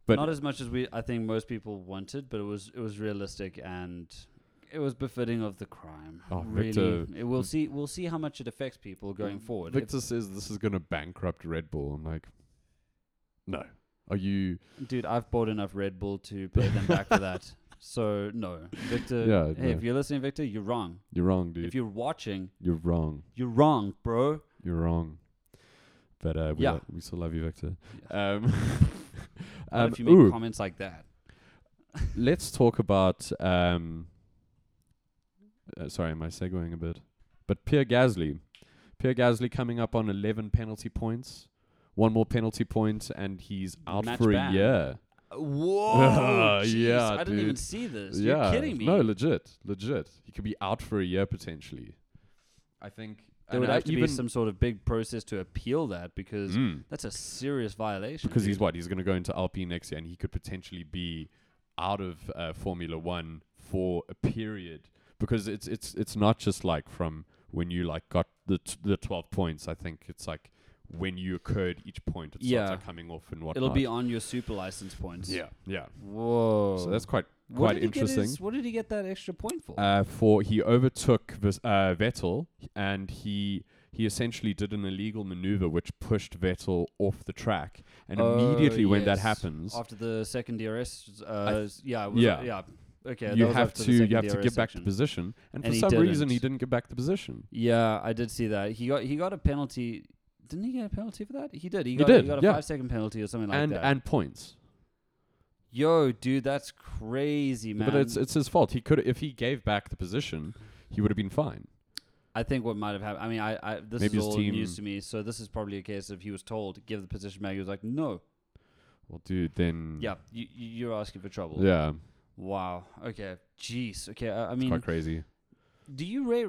Speaker 2: But-
Speaker 1: not as much as we I think most people wanted, but it was it was realistic and it was befitting of the crime.
Speaker 2: Oh,
Speaker 1: really,
Speaker 2: Victor- Mm,
Speaker 1: it, we'll see we'll see how much it affects people going forward. If-
Speaker 2: Victor says this is gonna bankrupt Red Bull. I'm like No. Are you
Speaker 1: dude, I've bought enough Red Bull to pay them back for
Speaker 2: (laughs)
Speaker 1: that. So no, Victor.
Speaker 2: Yeah,
Speaker 1: hey,
Speaker 2: no.
Speaker 1: if you're listening, Victor, you're wrong.
Speaker 2: you're wrong, dude.
Speaker 1: If you're watching,
Speaker 2: you're wrong.
Speaker 1: you're wrong,
Speaker 2: (laughs)
Speaker 1: bro.
Speaker 2: You're wrong. But uh, we,
Speaker 1: Yeah.
Speaker 2: lo- we still love you, Victor. Um,
Speaker 1: Not
Speaker 2: um,
Speaker 1: if you make
Speaker 2: ooh,
Speaker 1: comments like that.
Speaker 2: let's talk about. Um, uh, sorry, am I segueing a bit? But Pierre Gasly, Pierre Gasly coming up on eleven penalty points. One more penalty point, and he's out
Speaker 1: Match
Speaker 2: for a
Speaker 1: ban.
Speaker 2: year.
Speaker 1: Whoa!
Speaker 2: (laughs) Yeah,
Speaker 1: jeez, I didn't even
Speaker 2: dude.
Speaker 1: see this.
Speaker 2: yeah,
Speaker 1: You're kidding me.
Speaker 2: No, legit, legit. He could be out for a year potentially. I think
Speaker 1: there
Speaker 2: and
Speaker 1: would
Speaker 2: I
Speaker 1: have to be
Speaker 2: even-
Speaker 1: some sort of big process to appeal that because
Speaker 2: Mm.
Speaker 1: that's a serious violation.
Speaker 2: because
Speaker 1: dude.
Speaker 2: he's what he's going to go into Alpine next year, and he could potentially be out of uh, Formula One for a period because it's it's it's not just like from when you like got the t- the twelve points. I think it's like when you occurred each point, it
Speaker 1: Yeah.
Speaker 2: starts like, coming off and whatnot.
Speaker 1: It'll be on your super license points.
Speaker 2: yeah, yeah.
Speaker 1: Whoa.
Speaker 2: So that's quite
Speaker 1: What
Speaker 2: quite
Speaker 1: did he get
Speaker 2: interesting.
Speaker 1: his- what did he get that extra point for?
Speaker 2: Uh, for he overtook Vers- uh, Vettel, and he he essentially did an illegal maneuver which pushed Vettel off the track. And
Speaker 1: Oh,
Speaker 2: immediately when that
Speaker 1: yes.
Speaker 2: happens,
Speaker 1: after the second DRS,
Speaker 2: I
Speaker 1: uh, yeah, it was,
Speaker 2: yeah.
Speaker 1: yeah, Okay, that
Speaker 2: you
Speaker 1: was
Speaker 2: have
Speaker 1: after
Speaker 2: to
Speaker 1: the
Speaker 2: you
Speaker 1: second
Speaker 2: have to
Speaker 1: DRS
Speaker 2: give back the
Speaker 1: section.
Speaker 2: position, and,
Speaker 1: And
Speaker 2: for
Speaker 1: he
Speaker 2: some reason
Speaker 1: didn't.
Speaker 2: he didn't give back the position.
Speaker 1: Yeah, I did see that. He got he got a penalty. Didn't he get a penalty for that? He did. He,
Speaker 2: He
Speaker 1: got,
Speaker 2: did,
Speaker 1: He got a
Speaker 2: yeah.
Speaker 1: five second penalty or something like
Speaker 2: and
Speaker 1: that.
Speaker 2: and points,
Speaker 1: Yo, dude, that's crazy, man.
Speaker 2: but it's it's his fault. He could if he gave back the position, he would have been fine.
Speaker 1: I think what might have happened. I mean, I, I this
Speaker 2: Maybe
Speaker 1: is
Speaker 2: his
Speaker 1: all
Speaker 2: team-
Speaker 1: news to me. So this is probably a case of he was told give the position back. He was like, no,
Speaker 2: Well, dude, then
Speaker 1: yeah, you, you- you're asking for trouble.
Speaker 2: Mm. yeah,
Speaker 1: Wow. Okay. Jeez. Okay. I, I
Speaker 2: it's
Speaker 1: mean,
Speaker 2: quite crazy.
Speaker 1: do you rate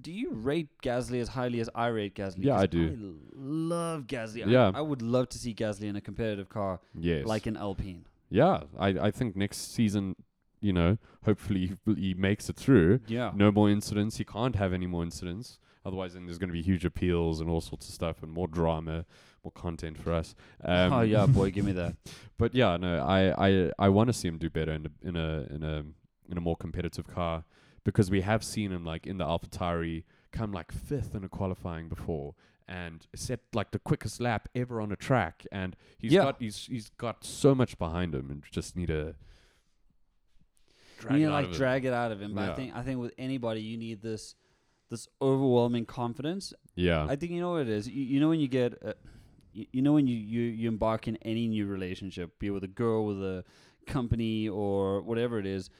Speaker 1: do you rate Gasly as highly as I rate Gasly?
Speaker 2: Yeah, I
Speaker 1: 'Cause
Speaker 2: do.
Speaker 1: I love Gasly. I-
Speaker 2: Yeah.
Speaker 1: I, would love to see Gasly in a competitive car
Speaker 2: Yes,
Speaker 1: like an Alpine.
Speaker 2: yeah, I I think next season you know, hopefully he, he makes it through.
Speaker 1: Yeah.
Speaker 2: No more incidents. He can't have any more incidents. Otherwise, then there's going to be huge appeals and all sorts of stuff and more drama, more content for us. Um,
Speaker 1: (laughs) oh yeah, boy, give me that.
Speaker 2: but yeah, no, I I, I want to see him do better in a, in a in a in a more competitive car because we have seen him like in the AlphaTauri come like fifth in a qualifying before and set like the quickest lap ever on a track and he's
Speaker 1: Yeah.
Speaker 2: got he's he's got so much behind him and just need to (laughs) drag
Speaker 1: you need
Speaker 2: it
Speaker 1: to
Speaker 2: out
Speaker 1: like
Speaker 2: of him.
Speaker 1: drag it out of him. But I
Speaker 2: Yeah.
Speaker 1: think I think with anybody, you need this this overwhelming confidence.
Speaker 2: yeah
Speaker 1: I think you know what it is. You, you know when you get, uh, you, you know when you, you you embark in any new relationship, be it with a girl, with a company, or whatever it is.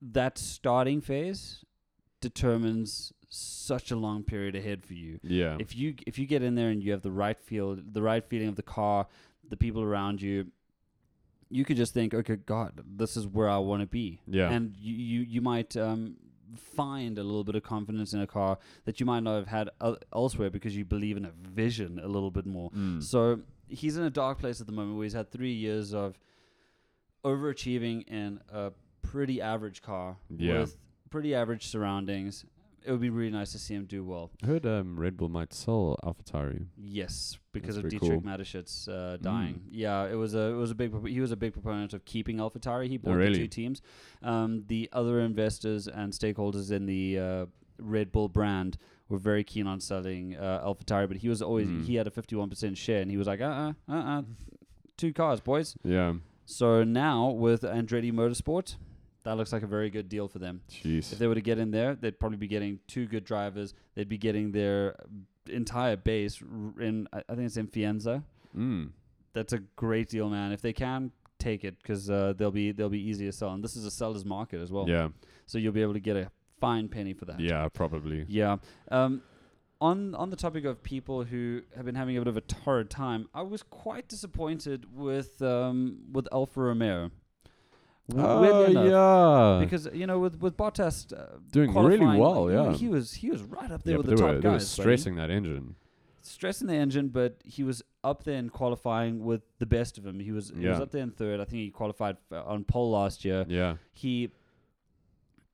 Speaker 1: That starting phase determines such a long period ahead for you.
Speaker 2: yeah
Speaker 1: If you if you get in there and you have the right feel, the right feeling of the car, the people around you, you could just think, okay, God, this is where I want to be.
Speaker 2: Yeah.
Speaker 1: And you you, you might um, find a little bit of confidence in a car that you might not have had el- elsewhere because you believe in a vision a little bit more.
Speaker 2: Mm.
Speaker 1: So he's in a dark place at the moment where he's had three years of overachieving in a pretty average car
Speaker 2: Yeah.
Speaker 1: with pretty average surroundings. It would be really nice to see him do well.
Speaker 2: I heard um, Red Bull might sell AlphaTauri.
Speaker 1: Yes, because
Speaker 2: That's
Speaker 1: of
Speaker 2: pretty
Speaker 1: Dietrich
Speaker 2: cool.
Speaker 1: Mateschitz uh,
Speaker 2: Mm.
Speaker 1: dying. Yeah, it was a it was a big propo- he was a big proponent of keeping AlphaTauri. He bought
Speaker 2: Oh, really?
Speaker 1: the two teams. Um, the other investors and stakeholders in the uh, Red Bull brand were very keen on selling uh, AlphaTauri, but he was always
Speaker 2: Mm.
Speaker 1: he had a fifty one percent share, and he was like, uh uh uh uh, two cars, boys.
Speaker 2: Yeah,
Speaker 1: So now with Andretti Motorsport, that looks like a very good deal for them. If
Speaker 2: jeez.
Speaker 1: they were to get in there, they'd probably be getting two good drivers. They'd be getting their entire base r- in, I I think it's in Fienza.
Speaker 2: Mm.
Speaker 1: That's a great deal, man. If they can take it, because uh, they'll be they'll be easier sell. And this is a seller's market as well.
Speaker 2: yeah,
Speaker 1: So you'll be able to get a fine penny for that.
Speaker 2: yeah, probably.
Speaker 1: Yeah. Um, on on the topic of people who have been having a bit of a torrid time, I was quite disappointed with um, with Alfa Romeo.
Speaker 2: oh
Speaker 1: Weirdly enough,
Speaker 2: yeah,
Speaker 1: because you know with with Bottas uh,
Speaker 2: Doing really
Speaker 1: qualifying,
Speaker 2: well,
Speaker 1: like, you know,
Speaker 2: yeah.
Speaker 1: he was he was right up there
Speaker 2: yeah,
Speaker 1: with
Speaker 2: but
Speaker 1: the
Speaker 2: they
Speaker 1: top
Speaker 2: were, they were
Speaker 1: guys, buddy.
Speaker 2: stressing that engine.
Speaker 1: stressing the engine, but he was up there in qualifying with the best of them. He was he was
Speaker 2: Yeah.
Speaker 1: up there in third. I think he qualified f- uh, on pole last year.
Speaker 2: Yeah,
Speaker 1: He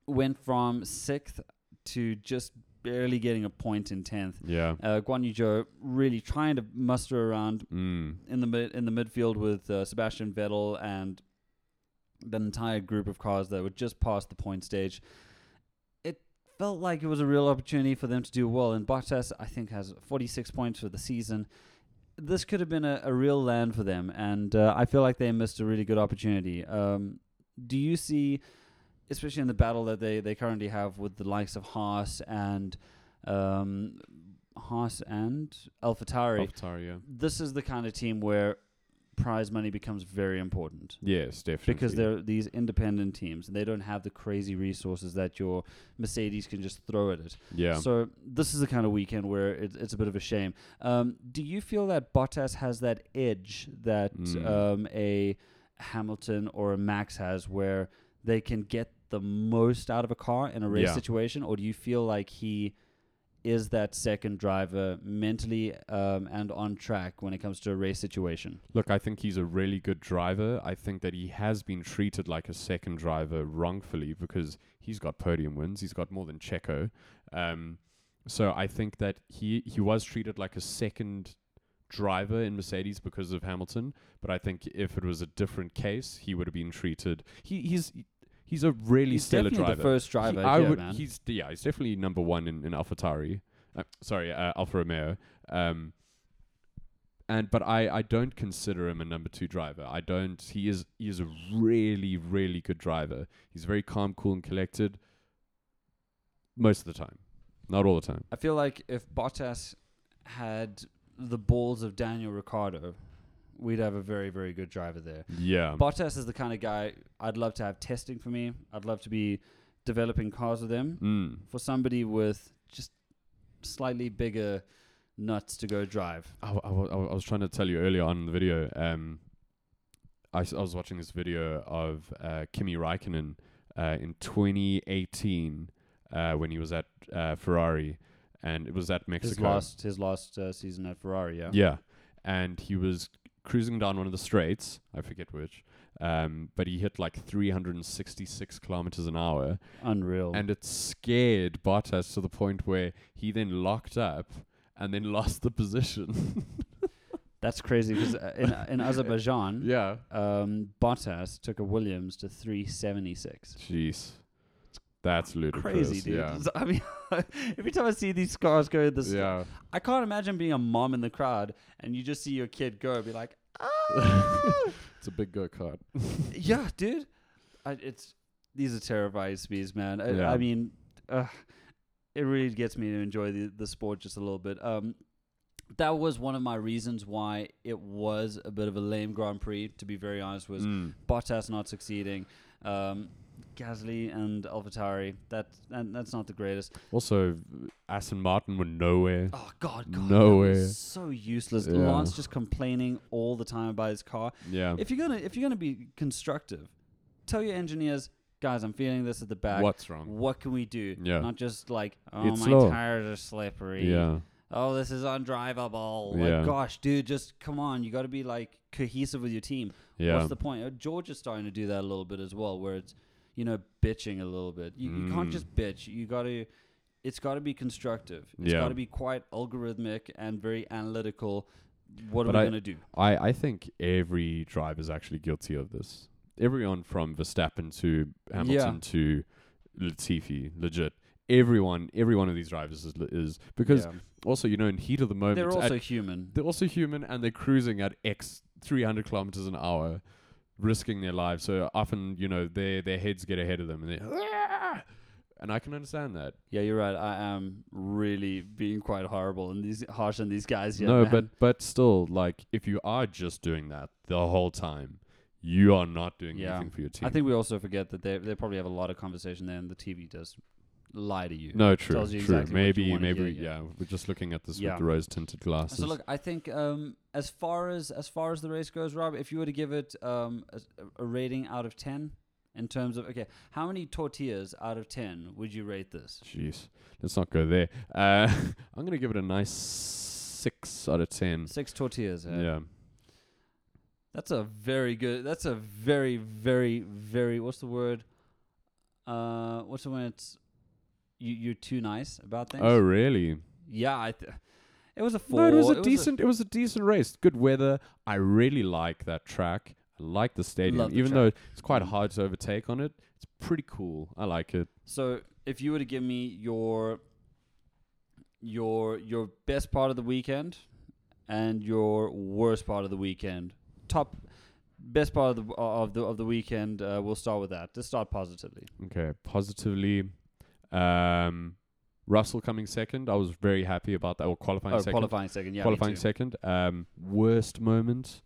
Speaker 1: went from sixth to just barely getting a point in tenth.
Speaker 2: yeah.
Speaker 1: Uh, Guan Yu Zhou really trying to muster around
Speaker 2: Mm.
Speaker 1: in the mid, in the midfield with uh, Sebastian Vettel and that entire group of cars that were just past the point stage. It felt like it was a real opportunity for them to do well. And Bottas, I think, has 46 points for the season. This could have been a, a real land for them, and uh, I feel like they missed a really good opportunity. Um, do you see, especially in the battle that they, they currently have with the likes of Haas and um, Haas and AlphaTauri,
Speaker 2: AlphaTauri, yeah.
Speaker 1: this is the kind of team where prize money becomes very important
Speaker 2: Yes, definitely.
Speaker 1: because they're these independent teams and they don't have the crazy resources that your Mercedes can just throw at it.
Speaker 2: yeah.
Speaker 1: So this is the kind of weekend where it, it's a bit of a shame. Um, do you feel that Bottas has that edge that
Speaker 2: Mm.
Speaker 1: um, a Hamilton or a Max has, where they can get the most out of a car in a race
Speaker 2: Yeah.
Speaker 1: situation, or do you feel like he is that second driver mentally um, and on track when it comes to a race situation?
Speaker 2: Look, I think he's a really good driver. I think that he has been treated like a second driver wrongfully because he's got podium wins. He's got more than Checo. Um, so I think that he he was treated like a second driver in Mercedes because of Hamilton. But I think if it was a different case, he would have been treated. He, he's he's a really
Speaker 1: He's
Speaker 2: stellar
Speaker 1: definitely
Speaker 2: driver.
Speaker 1: the first driver.
Speaker 2: He- I
Speaker 1: here,
Speaker 2: would.
Speaker 1: man.
Speaker 2: He's yeah. He's definitely number one in in AlphaTauri. Uh, sorry, uh, Alfa Romeo. Um, and but I I don't consider him a number two driver. I don't. He is he is a really really good driver. He's very calm, cool, and collected. Most of the time, not all the time.
Speaker 1: I feel like if Bottas had the balls of Daniel Ricciardo, we'd have a very, very good driver there.
Speaker 2: Yeah.
Speaker 1: Bottas is the kind of guy I'd love to have testing for me. I'd love to be developing cars with him.
Speaker 2: Mm.
Speaker 1: For somebody with just slightly bigger nuts to go drive.
Speaker 2: I, w- I, w- I w- I was trying to tell you earlier on in the video. Um, I, s- I was watching this video of uh, Kimi Raikkonen uh, in 2018 uh, when he was at uh, Ferrari, and it was at Mexico.
Speaker 1: His last, his last uh, season at Ferrari, yeah.
Speaker 2: Yeah. And he was cruising down one of the straights, I forget which, Um, but he hit like 366 kilometers an hour,
Speaker 1: Unreal.
Speaker 2: and it scared Bottas to the point where he then locked up and then (laughs) lost the
Speaker 1: Mm-hmm.
Speaker 2: position.
Speaker 1: That's crazy because in, in Azerbaijan,
Speaker 2: (laughs) yeah.
Speaker 1: um, Bottas took a Williams to 376.
Speaker 2: Jeez. That's ludicrous.
Speaker 1: Crazy, dude.
Speaker 2: Yeah.
Speaker 1: I mean, (laughs) every time I see these cars go this, (laughs)
Speaker 2: yeah.
Speaker 1: I can't imagine being a mom in the crowd and you just see your kid go, be like,
Speaker 2: (laughs)
Speaker 1: ah,
Speaker 2: It's a big go kart.
Speaker 1: (laughs) yeah, dude. I, it's these are terrifying speeds, man. I,
Speaker 2: Yeah.
Speaker 1: I mean, uh, it really gets me to enjoy the, the sport just a little bit. Um, that was one of my reasons why it was a bit of a lame Grand Prix, to be very honest.
Speaker 2: Mm.
Speaker 1: Was Bottas not succeeding, um, Gasly and AlphaTauri. That and that's not the greatest.
Speaker 2: Also, Aston Martin were nowhere.
Speaker 1: Oh God, God,
Speaker 2: No
Speaker 1: that
Speaker 2: way.
Speaker 1: was so useless.
Speaker 2: Yeah.
Speaker 1: Lance just complaining all the time about his car.
Speaker 2: Yeah.
Speaker 1: If you're gonna if you're gonna be constructive, tell your engineers, guys, I'm feeling this at the back.
Speaker 2: What's wrong?
Speaker 1: What can we do?
Speaker 2: Yeah.
Speaker 1: Not just like, oh
Speaker 2: It's
Speaker 1: my
Speaker 2: slow.
Speaker 1: tires are slippery.
Speaker 2: Yeah.
Speaker 1: Oh, this is undrivable.
Speaker 2: Yeah.
Speaker 1: Like, gosh, dude, just come on. You got to be like cohesive with your team.
Speaker 2: Yeah.
Speaker 1: What's the point? Uh, George is starting to do that a little bit as well, where it's you know bitching a little bit. You, you can't
Speaker 2: Mm.
Speaker 1: just bitch. You got to. It's got to be constructive. It's
Speaker 2: Yeah.
Speaker 1: got to be quite algorithmic and very analytical. What
Speaker 2: But
Speaker 1: are we
Speaker 2: I-
Speaker 1: gonna do?
Speaker 2: I, I think every driver is actually guilty of this. Everyone from Verstappen to Hamilton to Latifi, legit. Everyone, every one of these drivers is, is because
Speaker 1: Yeah.
Speaker 2: also you know in heat of the moment
Speaker 1: they're
Speaker 2: at-
Speaker 1: also human.
Speaker 2: they're also human and they're cruising at x 300 kilometers an hour risking their lives so often you know their their heads get ahead of them and they are and i can understand that
Speaker 1: Yeah, you're right. I am really being quite horrible and these harsh on these guys. Yeah,
Speaker 2: no
Speaker 1: man.
Speaker 2: but but still like if you are just doing that the whole time you are not doing
Speaker 1: Yeah.
Speaker 2: anything for your team
Speaker 1: I think we also forget that they they probably have a lot of conversation there, and the TV does lie to you.
Speaker 2: no true
Speaker 1: tells you
Speaker 2: true
Speaker 1: exactly what you
Speaker 2: maybe
Speaker 1: wanna
Speaker 2: maybe
Speaker 1: hear,
Speaker 2: yeah.
Speaker 1: yeah.
Speaker 2: we're just looking at this
Speaker 1: Yeah.
Speaker 2: with the rose tinted glasses
Speaker 1: So look, I think um, as far as as far as the race goes, Rob, if you were to give it um, a, a rating out of ten in terms of okay, how many tortillas out of ten would you rate this?
Speaker 2: jeez let's not go there uh (laughs) i'm gonna give it a nice six out of ten
Speaker 1: Six tortillas. eh?
Speaker 2: yeah
Speaker 1: That's a very good. That's a very very very. What's the word? Uh, what's the word? It's you. You're too nice about things.
Speaker 2: oh really
Speaker 1: Yeah, I th- it was a four.
Speaker 2: No, it was a decent. it was a decent race. Good weather. I really like that track. I like the stadium,
Speaker 1: Love the
Speaker 2: even though it's quite hard to overtake on it. It's pretty cool. I like it.
Speaker 1: so, if you were to give me your your your best part of the weekend and your worst part of the weekend, top best part of the of the of the weekend, uh, we'll start with that. Just start positively.
Speaker 2: Okay, positively. Um, Russell coming second. I was very happy about that. Or qualifying
Speaker 1: oh,
Speaker 2: second.
Speaker 1: qualifying second. Yeah, me
Speaker 2: qualifying
Speaker 1: too.
Speaker 2: second. Um, worst moment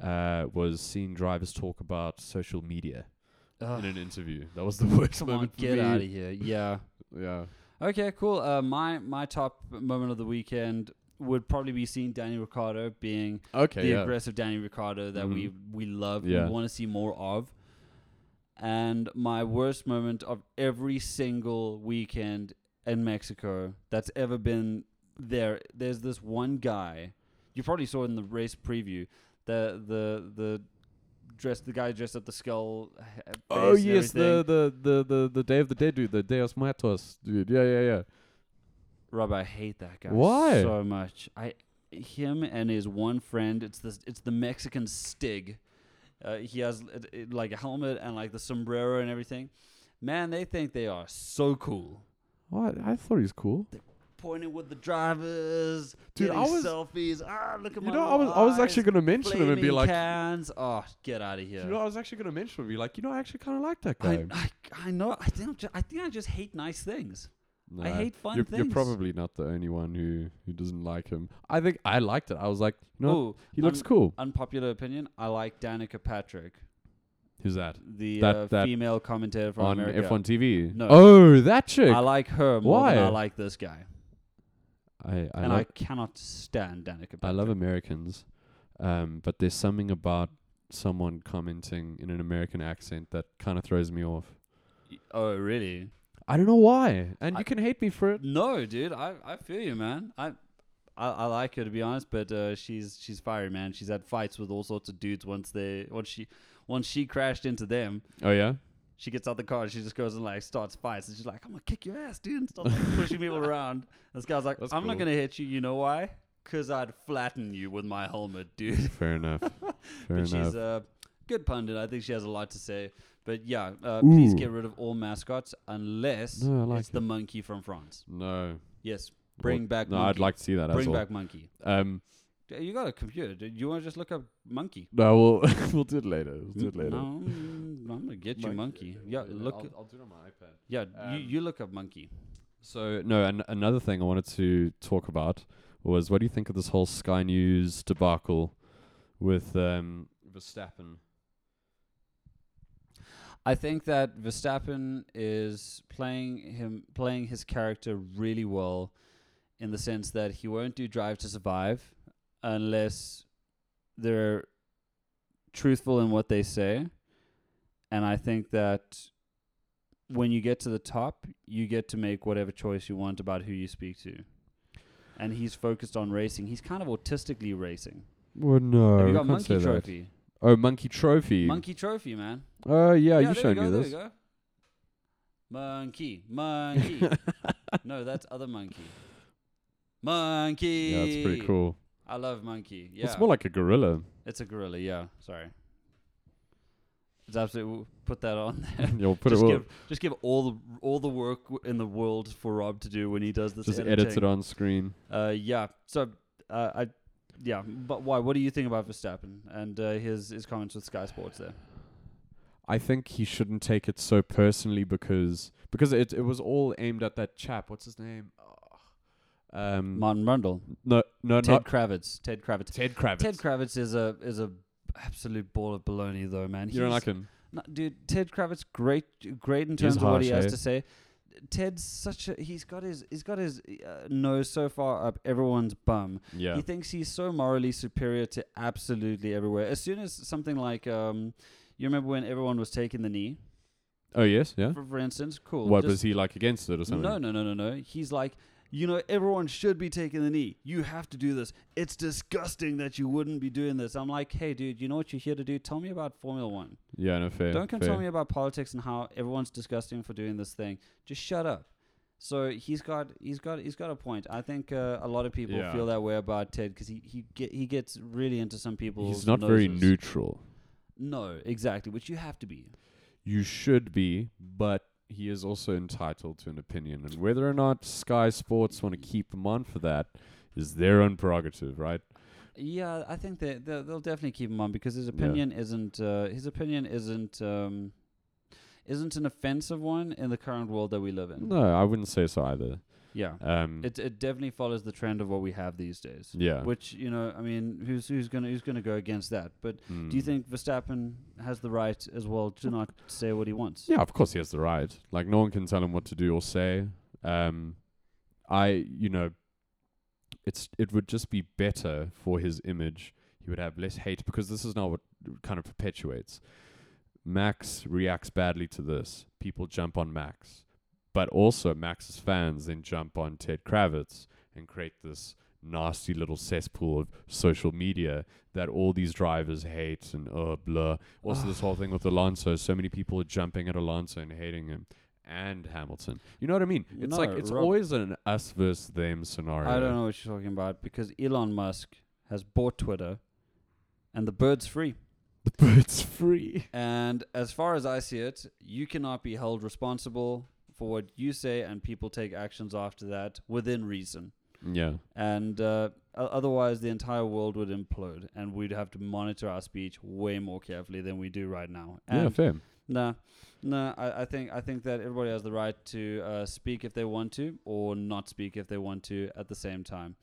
Speaker 2: uh, was seeing drivers talk about social media
Speaker 1: Ugh,
Speaker 2: in an interview. That was the (laughs) worst
Speaker 1: come on,
Speaker 2: moment. for
Speaker 1: get
Speaker 2: me.
Speaker 1: out of here. Yeah.
Speaker 2: Yeah.
Speaker 1: Okay, cool. Uh, my my top moment of the weekend would probably be seeing Danny Ricardo being
Speaker 2: Okay.
Speaker 1: the
Speaker 2: yeah. Mm-hmm.
Speaker 1: aggressive Danny Ricardo that we we love,
Speaker 2: Yeah.
Speaker 1: we want to see more of. And my worst moment of every single weekend in Mexico that's ever been there. There's this one guy you probably saw in the race preview. The the the dressed the guy dressed up the skull. uh, Face
Speaker 2: Oh
Speaker 1: and
Speaker 2: yes,
Speaker 1: everything.
Speaker 2: the, the the the the Day of the Dead dude, the Deus Matos dude. Yeah, yeah, yeah.
Speaker 1: Rob, I hate that guy.
Speaker 2: Why?
Speaker 1: So much. I him and his one friend. It's the it's the Mexican Stig. Uh, he has it, it, like a helmet and like the sombrero and everything. Man, they think they are so cool.
Speaker 2: What? I thought he was cool.
Speaker 1: Pointing with the drivers,
Speaker 2: Dude,
Speaker 1: getting
Speaker 2: I was-
Speaker 1: selfies. Ah, look at
Speaker 2: You
Speaker 1: my
Speaker 2: know, I was I was actually
Speaker 1: eyes,
Speaker 2: gonna mention him and be
Speaker 1: flaming
Speaker 2: like,
Speaker 1: cans. Oh, get out of here.
Speaker 2: you know, I was actually gonna mention him and be like, you know, I actually kind of like that guy.
Speaker 1: I, I, I know. I think I'm just, I think I just hate nice things.
Speaker 2: Nah,
Speaker 1: I hate fun
Speaker 2: you're,
Speaker 1: things.
Speaker 2: You're probably not the only one who who doesn't like him. I think I liked it. I was like, you know,
Speaker 1: Ooh,
Speaker 2: he looks
Speaker 1: un-
Speaker 2: cool.
Speaker 1: Unpopular opinion. I like Danica Patrick.
Speaker 2: Who's that?
Speaker 1: the
Speaker 2: That-
Speaker 1: uh,
Speaker 2: that-
Speaker 1: female commentator from
Speaker 2: On
Speaker 1: America.
Speaker 2: F1 TV.
Speaker 1: No.
Speaker 2: Oh, that chick.
Speaker 1: I like her more than
Speaker 2: Why?
Speaker 1: I like this guy,
Speaker 2: I I,
Speaker 1: and
Speaker 2: love,
Speaker 1: I cannot stand Danica.
Speaker 2: I love
Speaker 1: Patrick.
Speaker 2: Americans, um, but there's something about someone commenting in an American accent that kind of throws me off.
Speaker 1: Oh, really?
Speaker 2: I don't know why. And
Speaker 1: I-
Speaker 2: you can hate me for it.
Speaker 1: No, dude. I, I feel you, man. I, I I like her to be honest, but uh, she's she's fiery, man. She's had fights with all sorts of dudes once they once she once she crashed into them,
Speaker 2: Oh yeah.
Speaker 1: she gets out the car and she just goes and like starts fights and she's like, I'm gonna kick your ass, dude, and starts
Speaker 2: (laughs)
Speaker 1: like, pushing people around. And this guy's like,
Speaker 2: That's
Speaker 1: I'm not
Speaker 2: cool.
Speaker 1: gonna hit you, you know why? Cause I'd flatten you with my helmet, dude. (laughs)
Speaker 2: Fair enough. Fair
Speaker 1: but
Speaker 2: enough.
Speaker 1: she's uh, a good pundit. I think she has a lot to say. But yeah, uh, please
Speaker 2: Ooh.
Speaker 1: get rid of all mascots unless
Speaker 2: No, I like
Speaker 1: it's the monkey from France.
Speaker 2: no.
Speaker 1: Yes, bring
Speaker 2: Well,
Speaker 1: back.
Speaker 2: No,
Speaker 1: monkey.
Speaker 2: I'd like to see that. That's
Speaker 1: Bring
Speaker 2: all.
Speaker 1: back monkey.
Speaker 2: Um.
Speaker 1: Yeah, You got a computer. Do you want to just look up monkey?
Speaker 2: No, we'll (laughs) we'll do it later. We'll do it later.
Speaker 1: No, I'm gonna get you monkey. Yeah, look.
Speaker 2: I'll, I'll do it on my iPad.
Speaker 1: yeah, you,
Speaker 2: um,
Speaker 1: you look up monkey.
Speaker 2: So no, an- another thing I wanted to talk about was what do you think of this whole Sky News debacle with um, Verstappen?
Speaker 1: I think that Verstappen is playing him playing his character really well in the sense that he won't do drive to survive unless they're truthful in what they say. And I think that when you get to the top, you get to make whatever choice you want about who you speak to. And he's focused on racing. He's kind of autistically racing.
Speaker 2: Well, no,
Speaker 1: Have you got Monkey Trophy?
Speaker 2: Oh, Monkey Trophy.
Speaker 1: Monkey Trophy, man.
Speaker 2: Oh yeah,
Speaker 1: Yeah,
Speaker 2: you
Speaker 1: there
Speaker 2: showed
Speaker 1: go,
Speaker 2: me
Speaker 1: there
Speaker 2: this.
Speaker 1: go. Monkey, monkey.
Speaker 2: (laughs)
Speaker 1: no, that's other monkey. Monkey.
Speaker 2: Yeah, that's pretty cool.
Speaker 1: I love monkey. Yeah,
Speaker 2: It's more like
Speaker 1: (laughs)
Speaker 2: a gorilla.
Speaker 1: It's a gorilla. Yeah, sorry. It's absolutely we'll put that on there.
Speaker 2: yeah, we'll put
Speaker 1: just
Speaker 2: it. We'll
Speaker 1: give just give all the all the work w- in the world for Rob to do when he does this.
Speaker 2: just
Speaker 1: editing.
Speaker 2: edit it on screen.
Speaker 1: Uh, yeah. So, uh, I, yeah. But why? What do you think about Verstappen and uh, his his comments with Sky Sports there?
Speaker 2: I think he shouldn't take it so personally because because it it was all aimed at that chap. What's his name? Oh. Um,
Speaker 1: Martin Brundle,
Speaker 2: no, no,
Speaker 1: Ted
Speaker 2: not
Speaker 1: Kravitz, Ted Kravitz.
Speaker 2: Ted Kravitz.
Speaker 1: Ted Kravitz is a is a absolute ball of baloney though, man.
Speaker 2: you don't
Speaker 1: He's-
Speaker 2: like him?
Speaker 1: No, dude. Ted Kravitz, great, great in
Speaker 2: He's
Speaker 1: terms of what he
Speaker 2: harsh,
Speaker 1: has to
Speaker 2: eh?
Speaker 1: say. Ted's such a he's got his he's got his uh, nose so far up everyone's bum.
Speaker 2: Yeah.
Speaker 1: He thinks he's so morally superior to absolutely everywhere. As soon as something like um, you remember when everyone was taking the knee,
Speaker 2: Oh yes, yeah.
Speaker 1: for, for instance, cool.
Speaker 2: What
Speaker 1: just-
Speaker 2: was he like against it or something?
Speaker 1: no, no, no, no, no. He's like, you know, everyone should be taking the knee. You have to do this. It's disgusting that you wouldn't be doing this. I'm like, hey, dude, you know what you're here to do? Tell me about Formula One.
Speaker 2: Yeah, no fair.
Speaker 1: Don't come
Speaker 2: fair.
Speaker 1: tell me about politics and how everyone's disgusting for doing this thing. Just shut up. So he's got he's got he's got a point. I think uh, a lot of people
Speaker 2: Yeah.
Speaker 1: feel that way about Ted because he he get, he gets really into some people.
Speaker 2: He's not very
Speaker 1: new.
Speaker 2: neutral.
Speaker 1: No, exactly. Which you have to be.
Speaker 2: You should be, but he is also entitled to an opinion, and whether or not Sky Sports want to keep him on for that is their own prerogative, right?
Speaker 1: Yeah, I think they they'll, they'll definitely keep him on because his
Speaker 2: Yeah.
Speaker 1: opinion isn't uh, his opinion isn't um, isn't an offensive one in the current world that we live in.
Speaker 2: No, I wouldn't say so either.
Speaker 1: Yeah,
Speaker 2: Um,
Speaker 1: it it definitely follows the trend of what we have these days.
Speaker 2: yeah.
Speaker 1: Which you know, I mean, who's who's gonna who's gonna go against that? But do you
Speaker 2: Mm.
Speaker 1: think Verstappen has the right as well to not say what he wants?
Speaker 2: Yeah, of course he has the right. Like no one can tell him what to do or say. Um, I, you know, it's it would just be better for his image. He would have less hate because this is not what kind of perpetuates. Max reacts badly to this. People jump on Max, but also Max's fans then jump on Ted Kravitz and create this nasty little cesspool of social media that all these drivers hate and uh blah. Also,
Speaker 1: (sighs)
Speaker 2: this whole thing with Alonso. So many people are jumping at Alonso and hating him and Hamilton. You know what I mean? It's
Speaker 1: No,
Speaker 2: like it's
Speaker 1: Rob-
Speaker 2: always an us versus them scenario.
Speaker 1: I don't know what you're talking about because Elon Musk has bought Twitter, and the bird's free.
Speaker 2: The bird's free.
Speaker 1: And as far as I see it, you cannot be held responsible for what you say, and people take actions after that within reason.
Speaker 2: Yeah.
Speaker 1: And uh, o- otherwise, the entire world would implode, and we'd have to monitor our speech way more carefully than we do right now. And (laughs)
Speaker 2: yeah. Fair.
Speaker 1: Nah, nah. I, I think I think that everybody has the right to uh, speak if they want to, or not speak if they want to at the same time.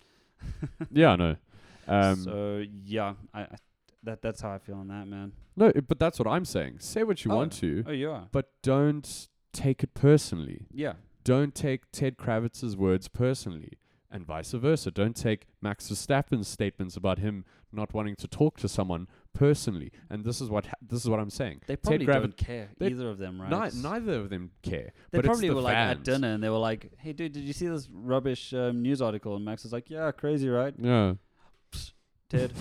Speaker 2: yeah. I know. Um,
Speaker 1: so yeah, I, I that that's how I feel on that, man.
Speaker 2: No, it- but that's what I'm saying. Say what you
Speaker 1: Oh.
Speaker 2: want to,
Speaker 1: Oh, you are.
Speaker 2: but don't take it personally.
Speaker 1: Yeah.
Speaker 2: Don't take Ted Kravitz's words personally, and vice versa. Don't take Max Verstappen's statements about him not wanting to talk to someone personally. And this is what ha- this is what I'm saying.
Speaker 1: They
Speaker 2: Ted
Speaker 1: probably
Speaker 2: Kravitz-
Speaker 1: don't care
Speaker 2: they-
Speaker 1: either of them, right?
Speaker 2: Ni- neither of them care.
Speaker 1: They
Speaker 2: but it's
Speaker 1: probably
Speaker 2: the
Speaker 1: were like at
Speaker 2: fans.
Speaker 1: dinner and they were like, "Hey, dude, did you see this rubbish um, news (laughs) article?" And Max was like, "Yeah, crazy, right,
Speaker 2: Yeah.
Speaker 1: Ted?"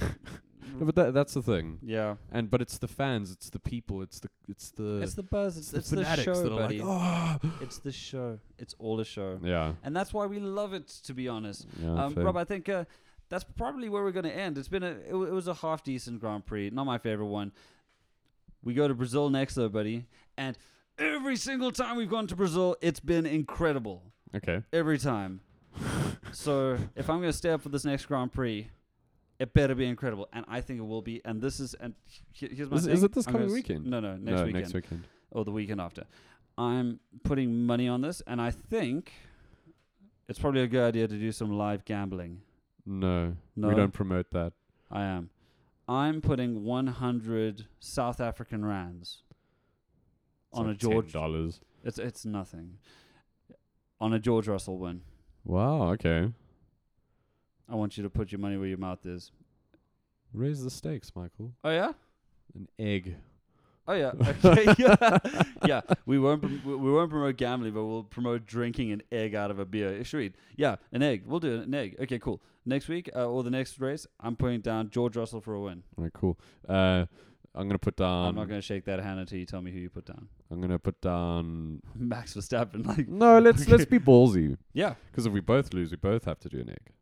Speaker 2: No, (laughs) but that, that's the thing.
Speaker 1: yeah.
Speaker 2: And but it's the fans, it's the people, it's the it's the
Speaker 1: It's the buzz. It's,
Speaker 2: the
Speaker 1: it's the
Speaker 2: fanatics
Speaker 1: show,
Speaker 2: that are
Speaker 1: buddy. (laughs)
Speaker 2: like, oh,
Speaker 1: It's the show. It's all a show.
Speaker 2: yeah,
Speaker 1: And that's why we love it, to be honest.
Speaker 2: yeah,
Speaker 1: Um,
Speaker 2: fair.
Speaker 1: Rob, I think uh, that's probably where we're going to end. It's been a it, w- it was a half decent Grand Prix, not my favorite one. We go to Brazil next, though, buddy, and every single time we've gone to Brazil, it's been incredible
Speaker 2: okay,
Speaker 1: every time. so if I'm going to stay up for this next Grand Prix, it better be incredible, and I think it will be. And this is and he- here's my
Speaker 2: Is-
Speaker 1: thing.
Speaker 2: is it this
Speaker 1: I'm gonna
Speaker 2: coming
Speaker 1: s-
Speaker 2: weekend?
Speaker 1: No, no, next
Speaker 2: no,
Speaker 1: weekend
Speaker 2: next weekend.
Speaker 1: or the weekend after. I'm putting money on this, and I think it's probably a good idea to do some live gambling.
Speaker 2: No,
Speaker 1: No?
Speaker 2: we don't promote that.
Speaker 1: I am. I'm putting 100 South African rands
Speaker 2: It's
Speaker 1: on
Speaker 2: like
Speaker 1: a George.
Speaker 2: dollars.
Speaker 1: It's it's nothing. On a George Russell win.
Speaker 2: Wow. Okay.
Speaker 1: I want you to put your money where your mouth is.
Speaker 2: Raise the stakes, Michael.
Speaker 1: Oh yeah.
Speaker 2: An egg.
Speaker 1: Oh
Speaker 2: (laughs)
Speaker 1: yeah. Okay. (laughs) yeah. yeah. We won't prom- we we won't promote gambling, but we'll promote drinking an egg out of a beer. Eh, Sure. Yeah, an egg. We'll do an egg. Okay, cool. Next week uh, or the next race, I'm putting down George Russell for a win.
Speaker 2: All right. Cool. Uh, I'm gonna put down.
Speaker 1: I'm not going to shake that hand until you tell me who you put down. (laughs)
Speaker 2: I'm gonna put down.
Speaker 1: Max Verstappen. (laughs) Like
Speaker 2: No, let's let's be ballsy.
Speaker 1: yeah.
Speaker 2: Because if we both lose, we both have to do an egg.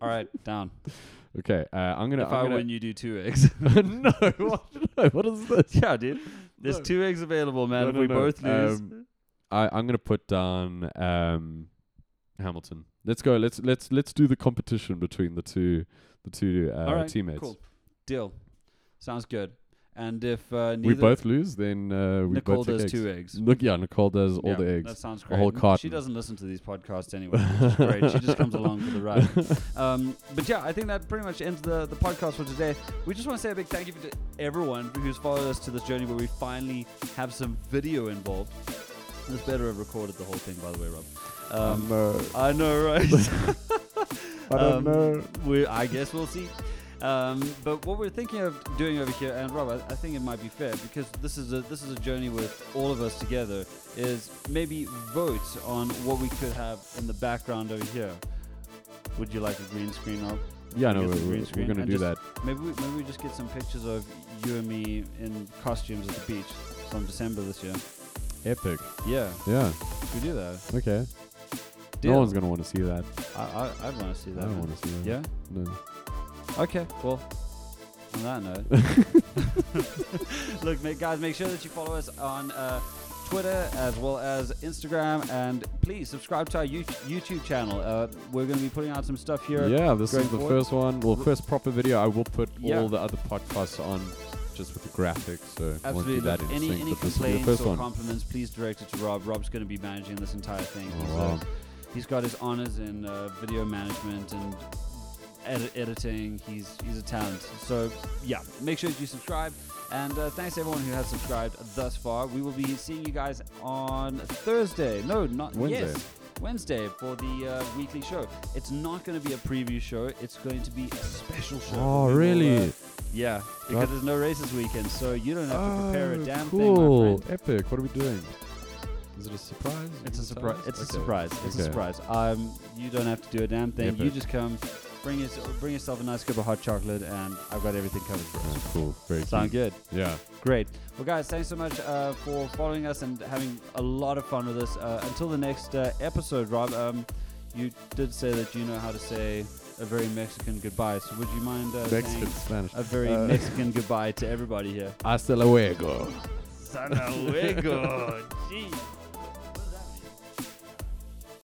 Speaker 1: All right.
Speaker 2: (laughs)
Speaker 1: Down.
Speaker 2: Okay. Uh, I'm gonna.
Speaker 1: if
Speaker 2: I'm
Speaker 1: I
Speaker 2: gonna (laughs)
Speaker 1: win, you do two eggs. (laughs)
Speaker 2: no, (laughs) what, no, what is this?
Speaker 1: yeah, dude. There's
Speaker 2: No.
Speaker 1: two eggs available, man.
Speaker 2: No,
Speaker 1: if
Speaker 2: no,
Speaker 1: we
Speaker 2: no.
Speaker 1: both lose,
Speaker 2: Um, I, I'm gonna put down um, Hamilton. Let's go. Let's let's let's do the competition between the two the two uh,
Speaker 1: All right,
Speaker 2: teammates.
Speaker 1: cool. Deal. Sounds good. And if uh, neither
Speaker 2: We both lose, then uh, we
Speaker 1: Nicole
Speaker 2: both take
Speaker 1: does
Speaker 2: eggs.
Speaker 1: two eggs.
Speaker 2: Look, yeah, Nicole does all
Speaker 1: Yeah,
Speaker 2: the
Speaker 1: That
Speaker 2: eggs.
Speaker 1: sounds
Speaker 2: a
Speaker 1: great.
Speaker 2: whole
Speaker 1: She
Speaker 2: carton.
Speaker 1: doesn't listen to these podcasts anyway. Which is great. She just comes along for the
Speaker 2: (laughs)
Speaker 1: ride. Um, but yeah, I think that pretty much ends the, the podcast for today. We just want to say a big thank you to everyone who's followed us to this journey where we finally have some video involved. This better have recorded the whole thing, by the way, Rob. Um,
Speaker 2: uh,
Speaker 1: I know, right?
Speaker 2: (laughs)
Speaker 1: Um,
Speaker 2: I don't know.
Speaker 1: We, I guess we'll see. Um, but what we're thinking of doing over here, and Rob, I, I think it might be fair because this is a this is a journey with all of us together. Is maybe vote on what we could have in the background over here. Would you like a green screen, Rob?
Speaker 2: yeah, no,
Speaker 1: Get
Speaker 2: we're,
Speaker 1: the green
Speaker 2: we're, we're
Speaker 1: screen
Speaker 2: gonna
Speaker 1: and
Speaker 2: do
Speaker 1: just-
Speaker 2: that.
Speaker 1: Maybe we, maybe we just get some pictures of you and me in costumes at the beach from December this year.
Speaker 2: Epic.
Speaker 1: Yeah,
Speaker 2: Yeah.
Speaker 1: we do that.
Speaker 2: Okay.
Speaker 1: Deal.
Speaker 2: No one's gonna want to see that.
Speaker 1: I I, I want to see
Speaker 2: I
Speaker 1: that.
Speaker 2: don't
Speaker 1: man.
Speaker 2: want to see that.
Speaker 1: Yeah.
Speaker 2: No.
Speaker 1: Okay, well, on that note, (laughs) look, ma- guys, make sure that you follow us on uh, Twitter as well as Instagram, and please subscribe to our Yout- YouTube channel. Uh, we're going to be putting out some stuff here.
Speaker 2: Yeah, this
Speaker 1: going
Speaker 2: is the
Speaker 1: forward.
Speaker 2: first one. Well,
Speaker 1: R-
Speaker 2: first proper video. I will put
Speaker 1: Yeah.
Speaker 2: all the other podcasts on just with the graphics, so it won't be
Speaker 1: Absolutely.
Speaker 2: that
Speaker 1: Look, any
Speaker 2: interesting,
Speaker 1: any
Speaker 2: but this will be the
Speaker 1: complaints
Speaker 2: first
Speaker 1: or
Speaker 2: one.
Speaker 1: compliments, please direct it to Rob. Rob's going to be managing this entire thing.
Speaker 2: Oh,
Speaker 1: He's, uh,
Speaker 2: wow.
Speaker 1: he's got his honors in uh, video management and edit- editing. He's he's a talent. So yeah, make sure that you subscribe. And uh, thanks to everyone who has subscribed thus far. We will be seeing you guys on Thursday. No, not
Speaker 2: Wednesday.
Speaker 1: Yes, Wednesday for the uh, weekly show. It's not going to be a preview show. It's going to be a special show.
Speaker 2: Oh,
Speaker 1: We will,
Speaker 2: really?
Speaker 1: uh, yeah, because
Speaker 2: Right.
Speaker 1: there's no race this weekend, so you don't have to prepare a
Speaker 2: Oh,
Speaker 1: damn thing, my
Speaker 2: cool.
Speaker 1: friend.
Speaker 2: Epic. What are we doing? Is it a surprise?
Speaker 1: It's a
Speaker 2: Is it
Speaker 1: surprise.
Speaker 2: us?
Speaker 1: It's a
Speaker 2: Okay.
Speaker 1: surprise. It's a
Speaker 2: Okay.
Speaker 1: surprise. Um, you don't have to do a damn thing. You
Speaker 2: Epic.
Speaker 1: just come, bring your, bring yourself a nice cup of hot chocolate, and I've got everything covered for
Speaker 2: Oh,
Speaker 1: us.
Speaker 2: cool. Very
Speaker 1: Sound
Speaker 2: cute.
Speaker 1: good?
Speaker 2: Yeah.
Speaker 1: Great. Well, guys, thanks so much uh, for following us and having a lot of fun with us. Uh, until the next uh, episode, Rob. Um, you did say that you know how to say a very Mexican goodbye. So would you mind uh,
Speaker 2: Mexican
Speaker 1: saying
Speaker 2: Spanish.
Speaker 1: a very
Speaker 2: Uh, (laughs)
Speaker 1: Mexican goodbye to everybody here?
Speaker 2: Hasta luego.
Speaker 1: Hasta luego. Jeez.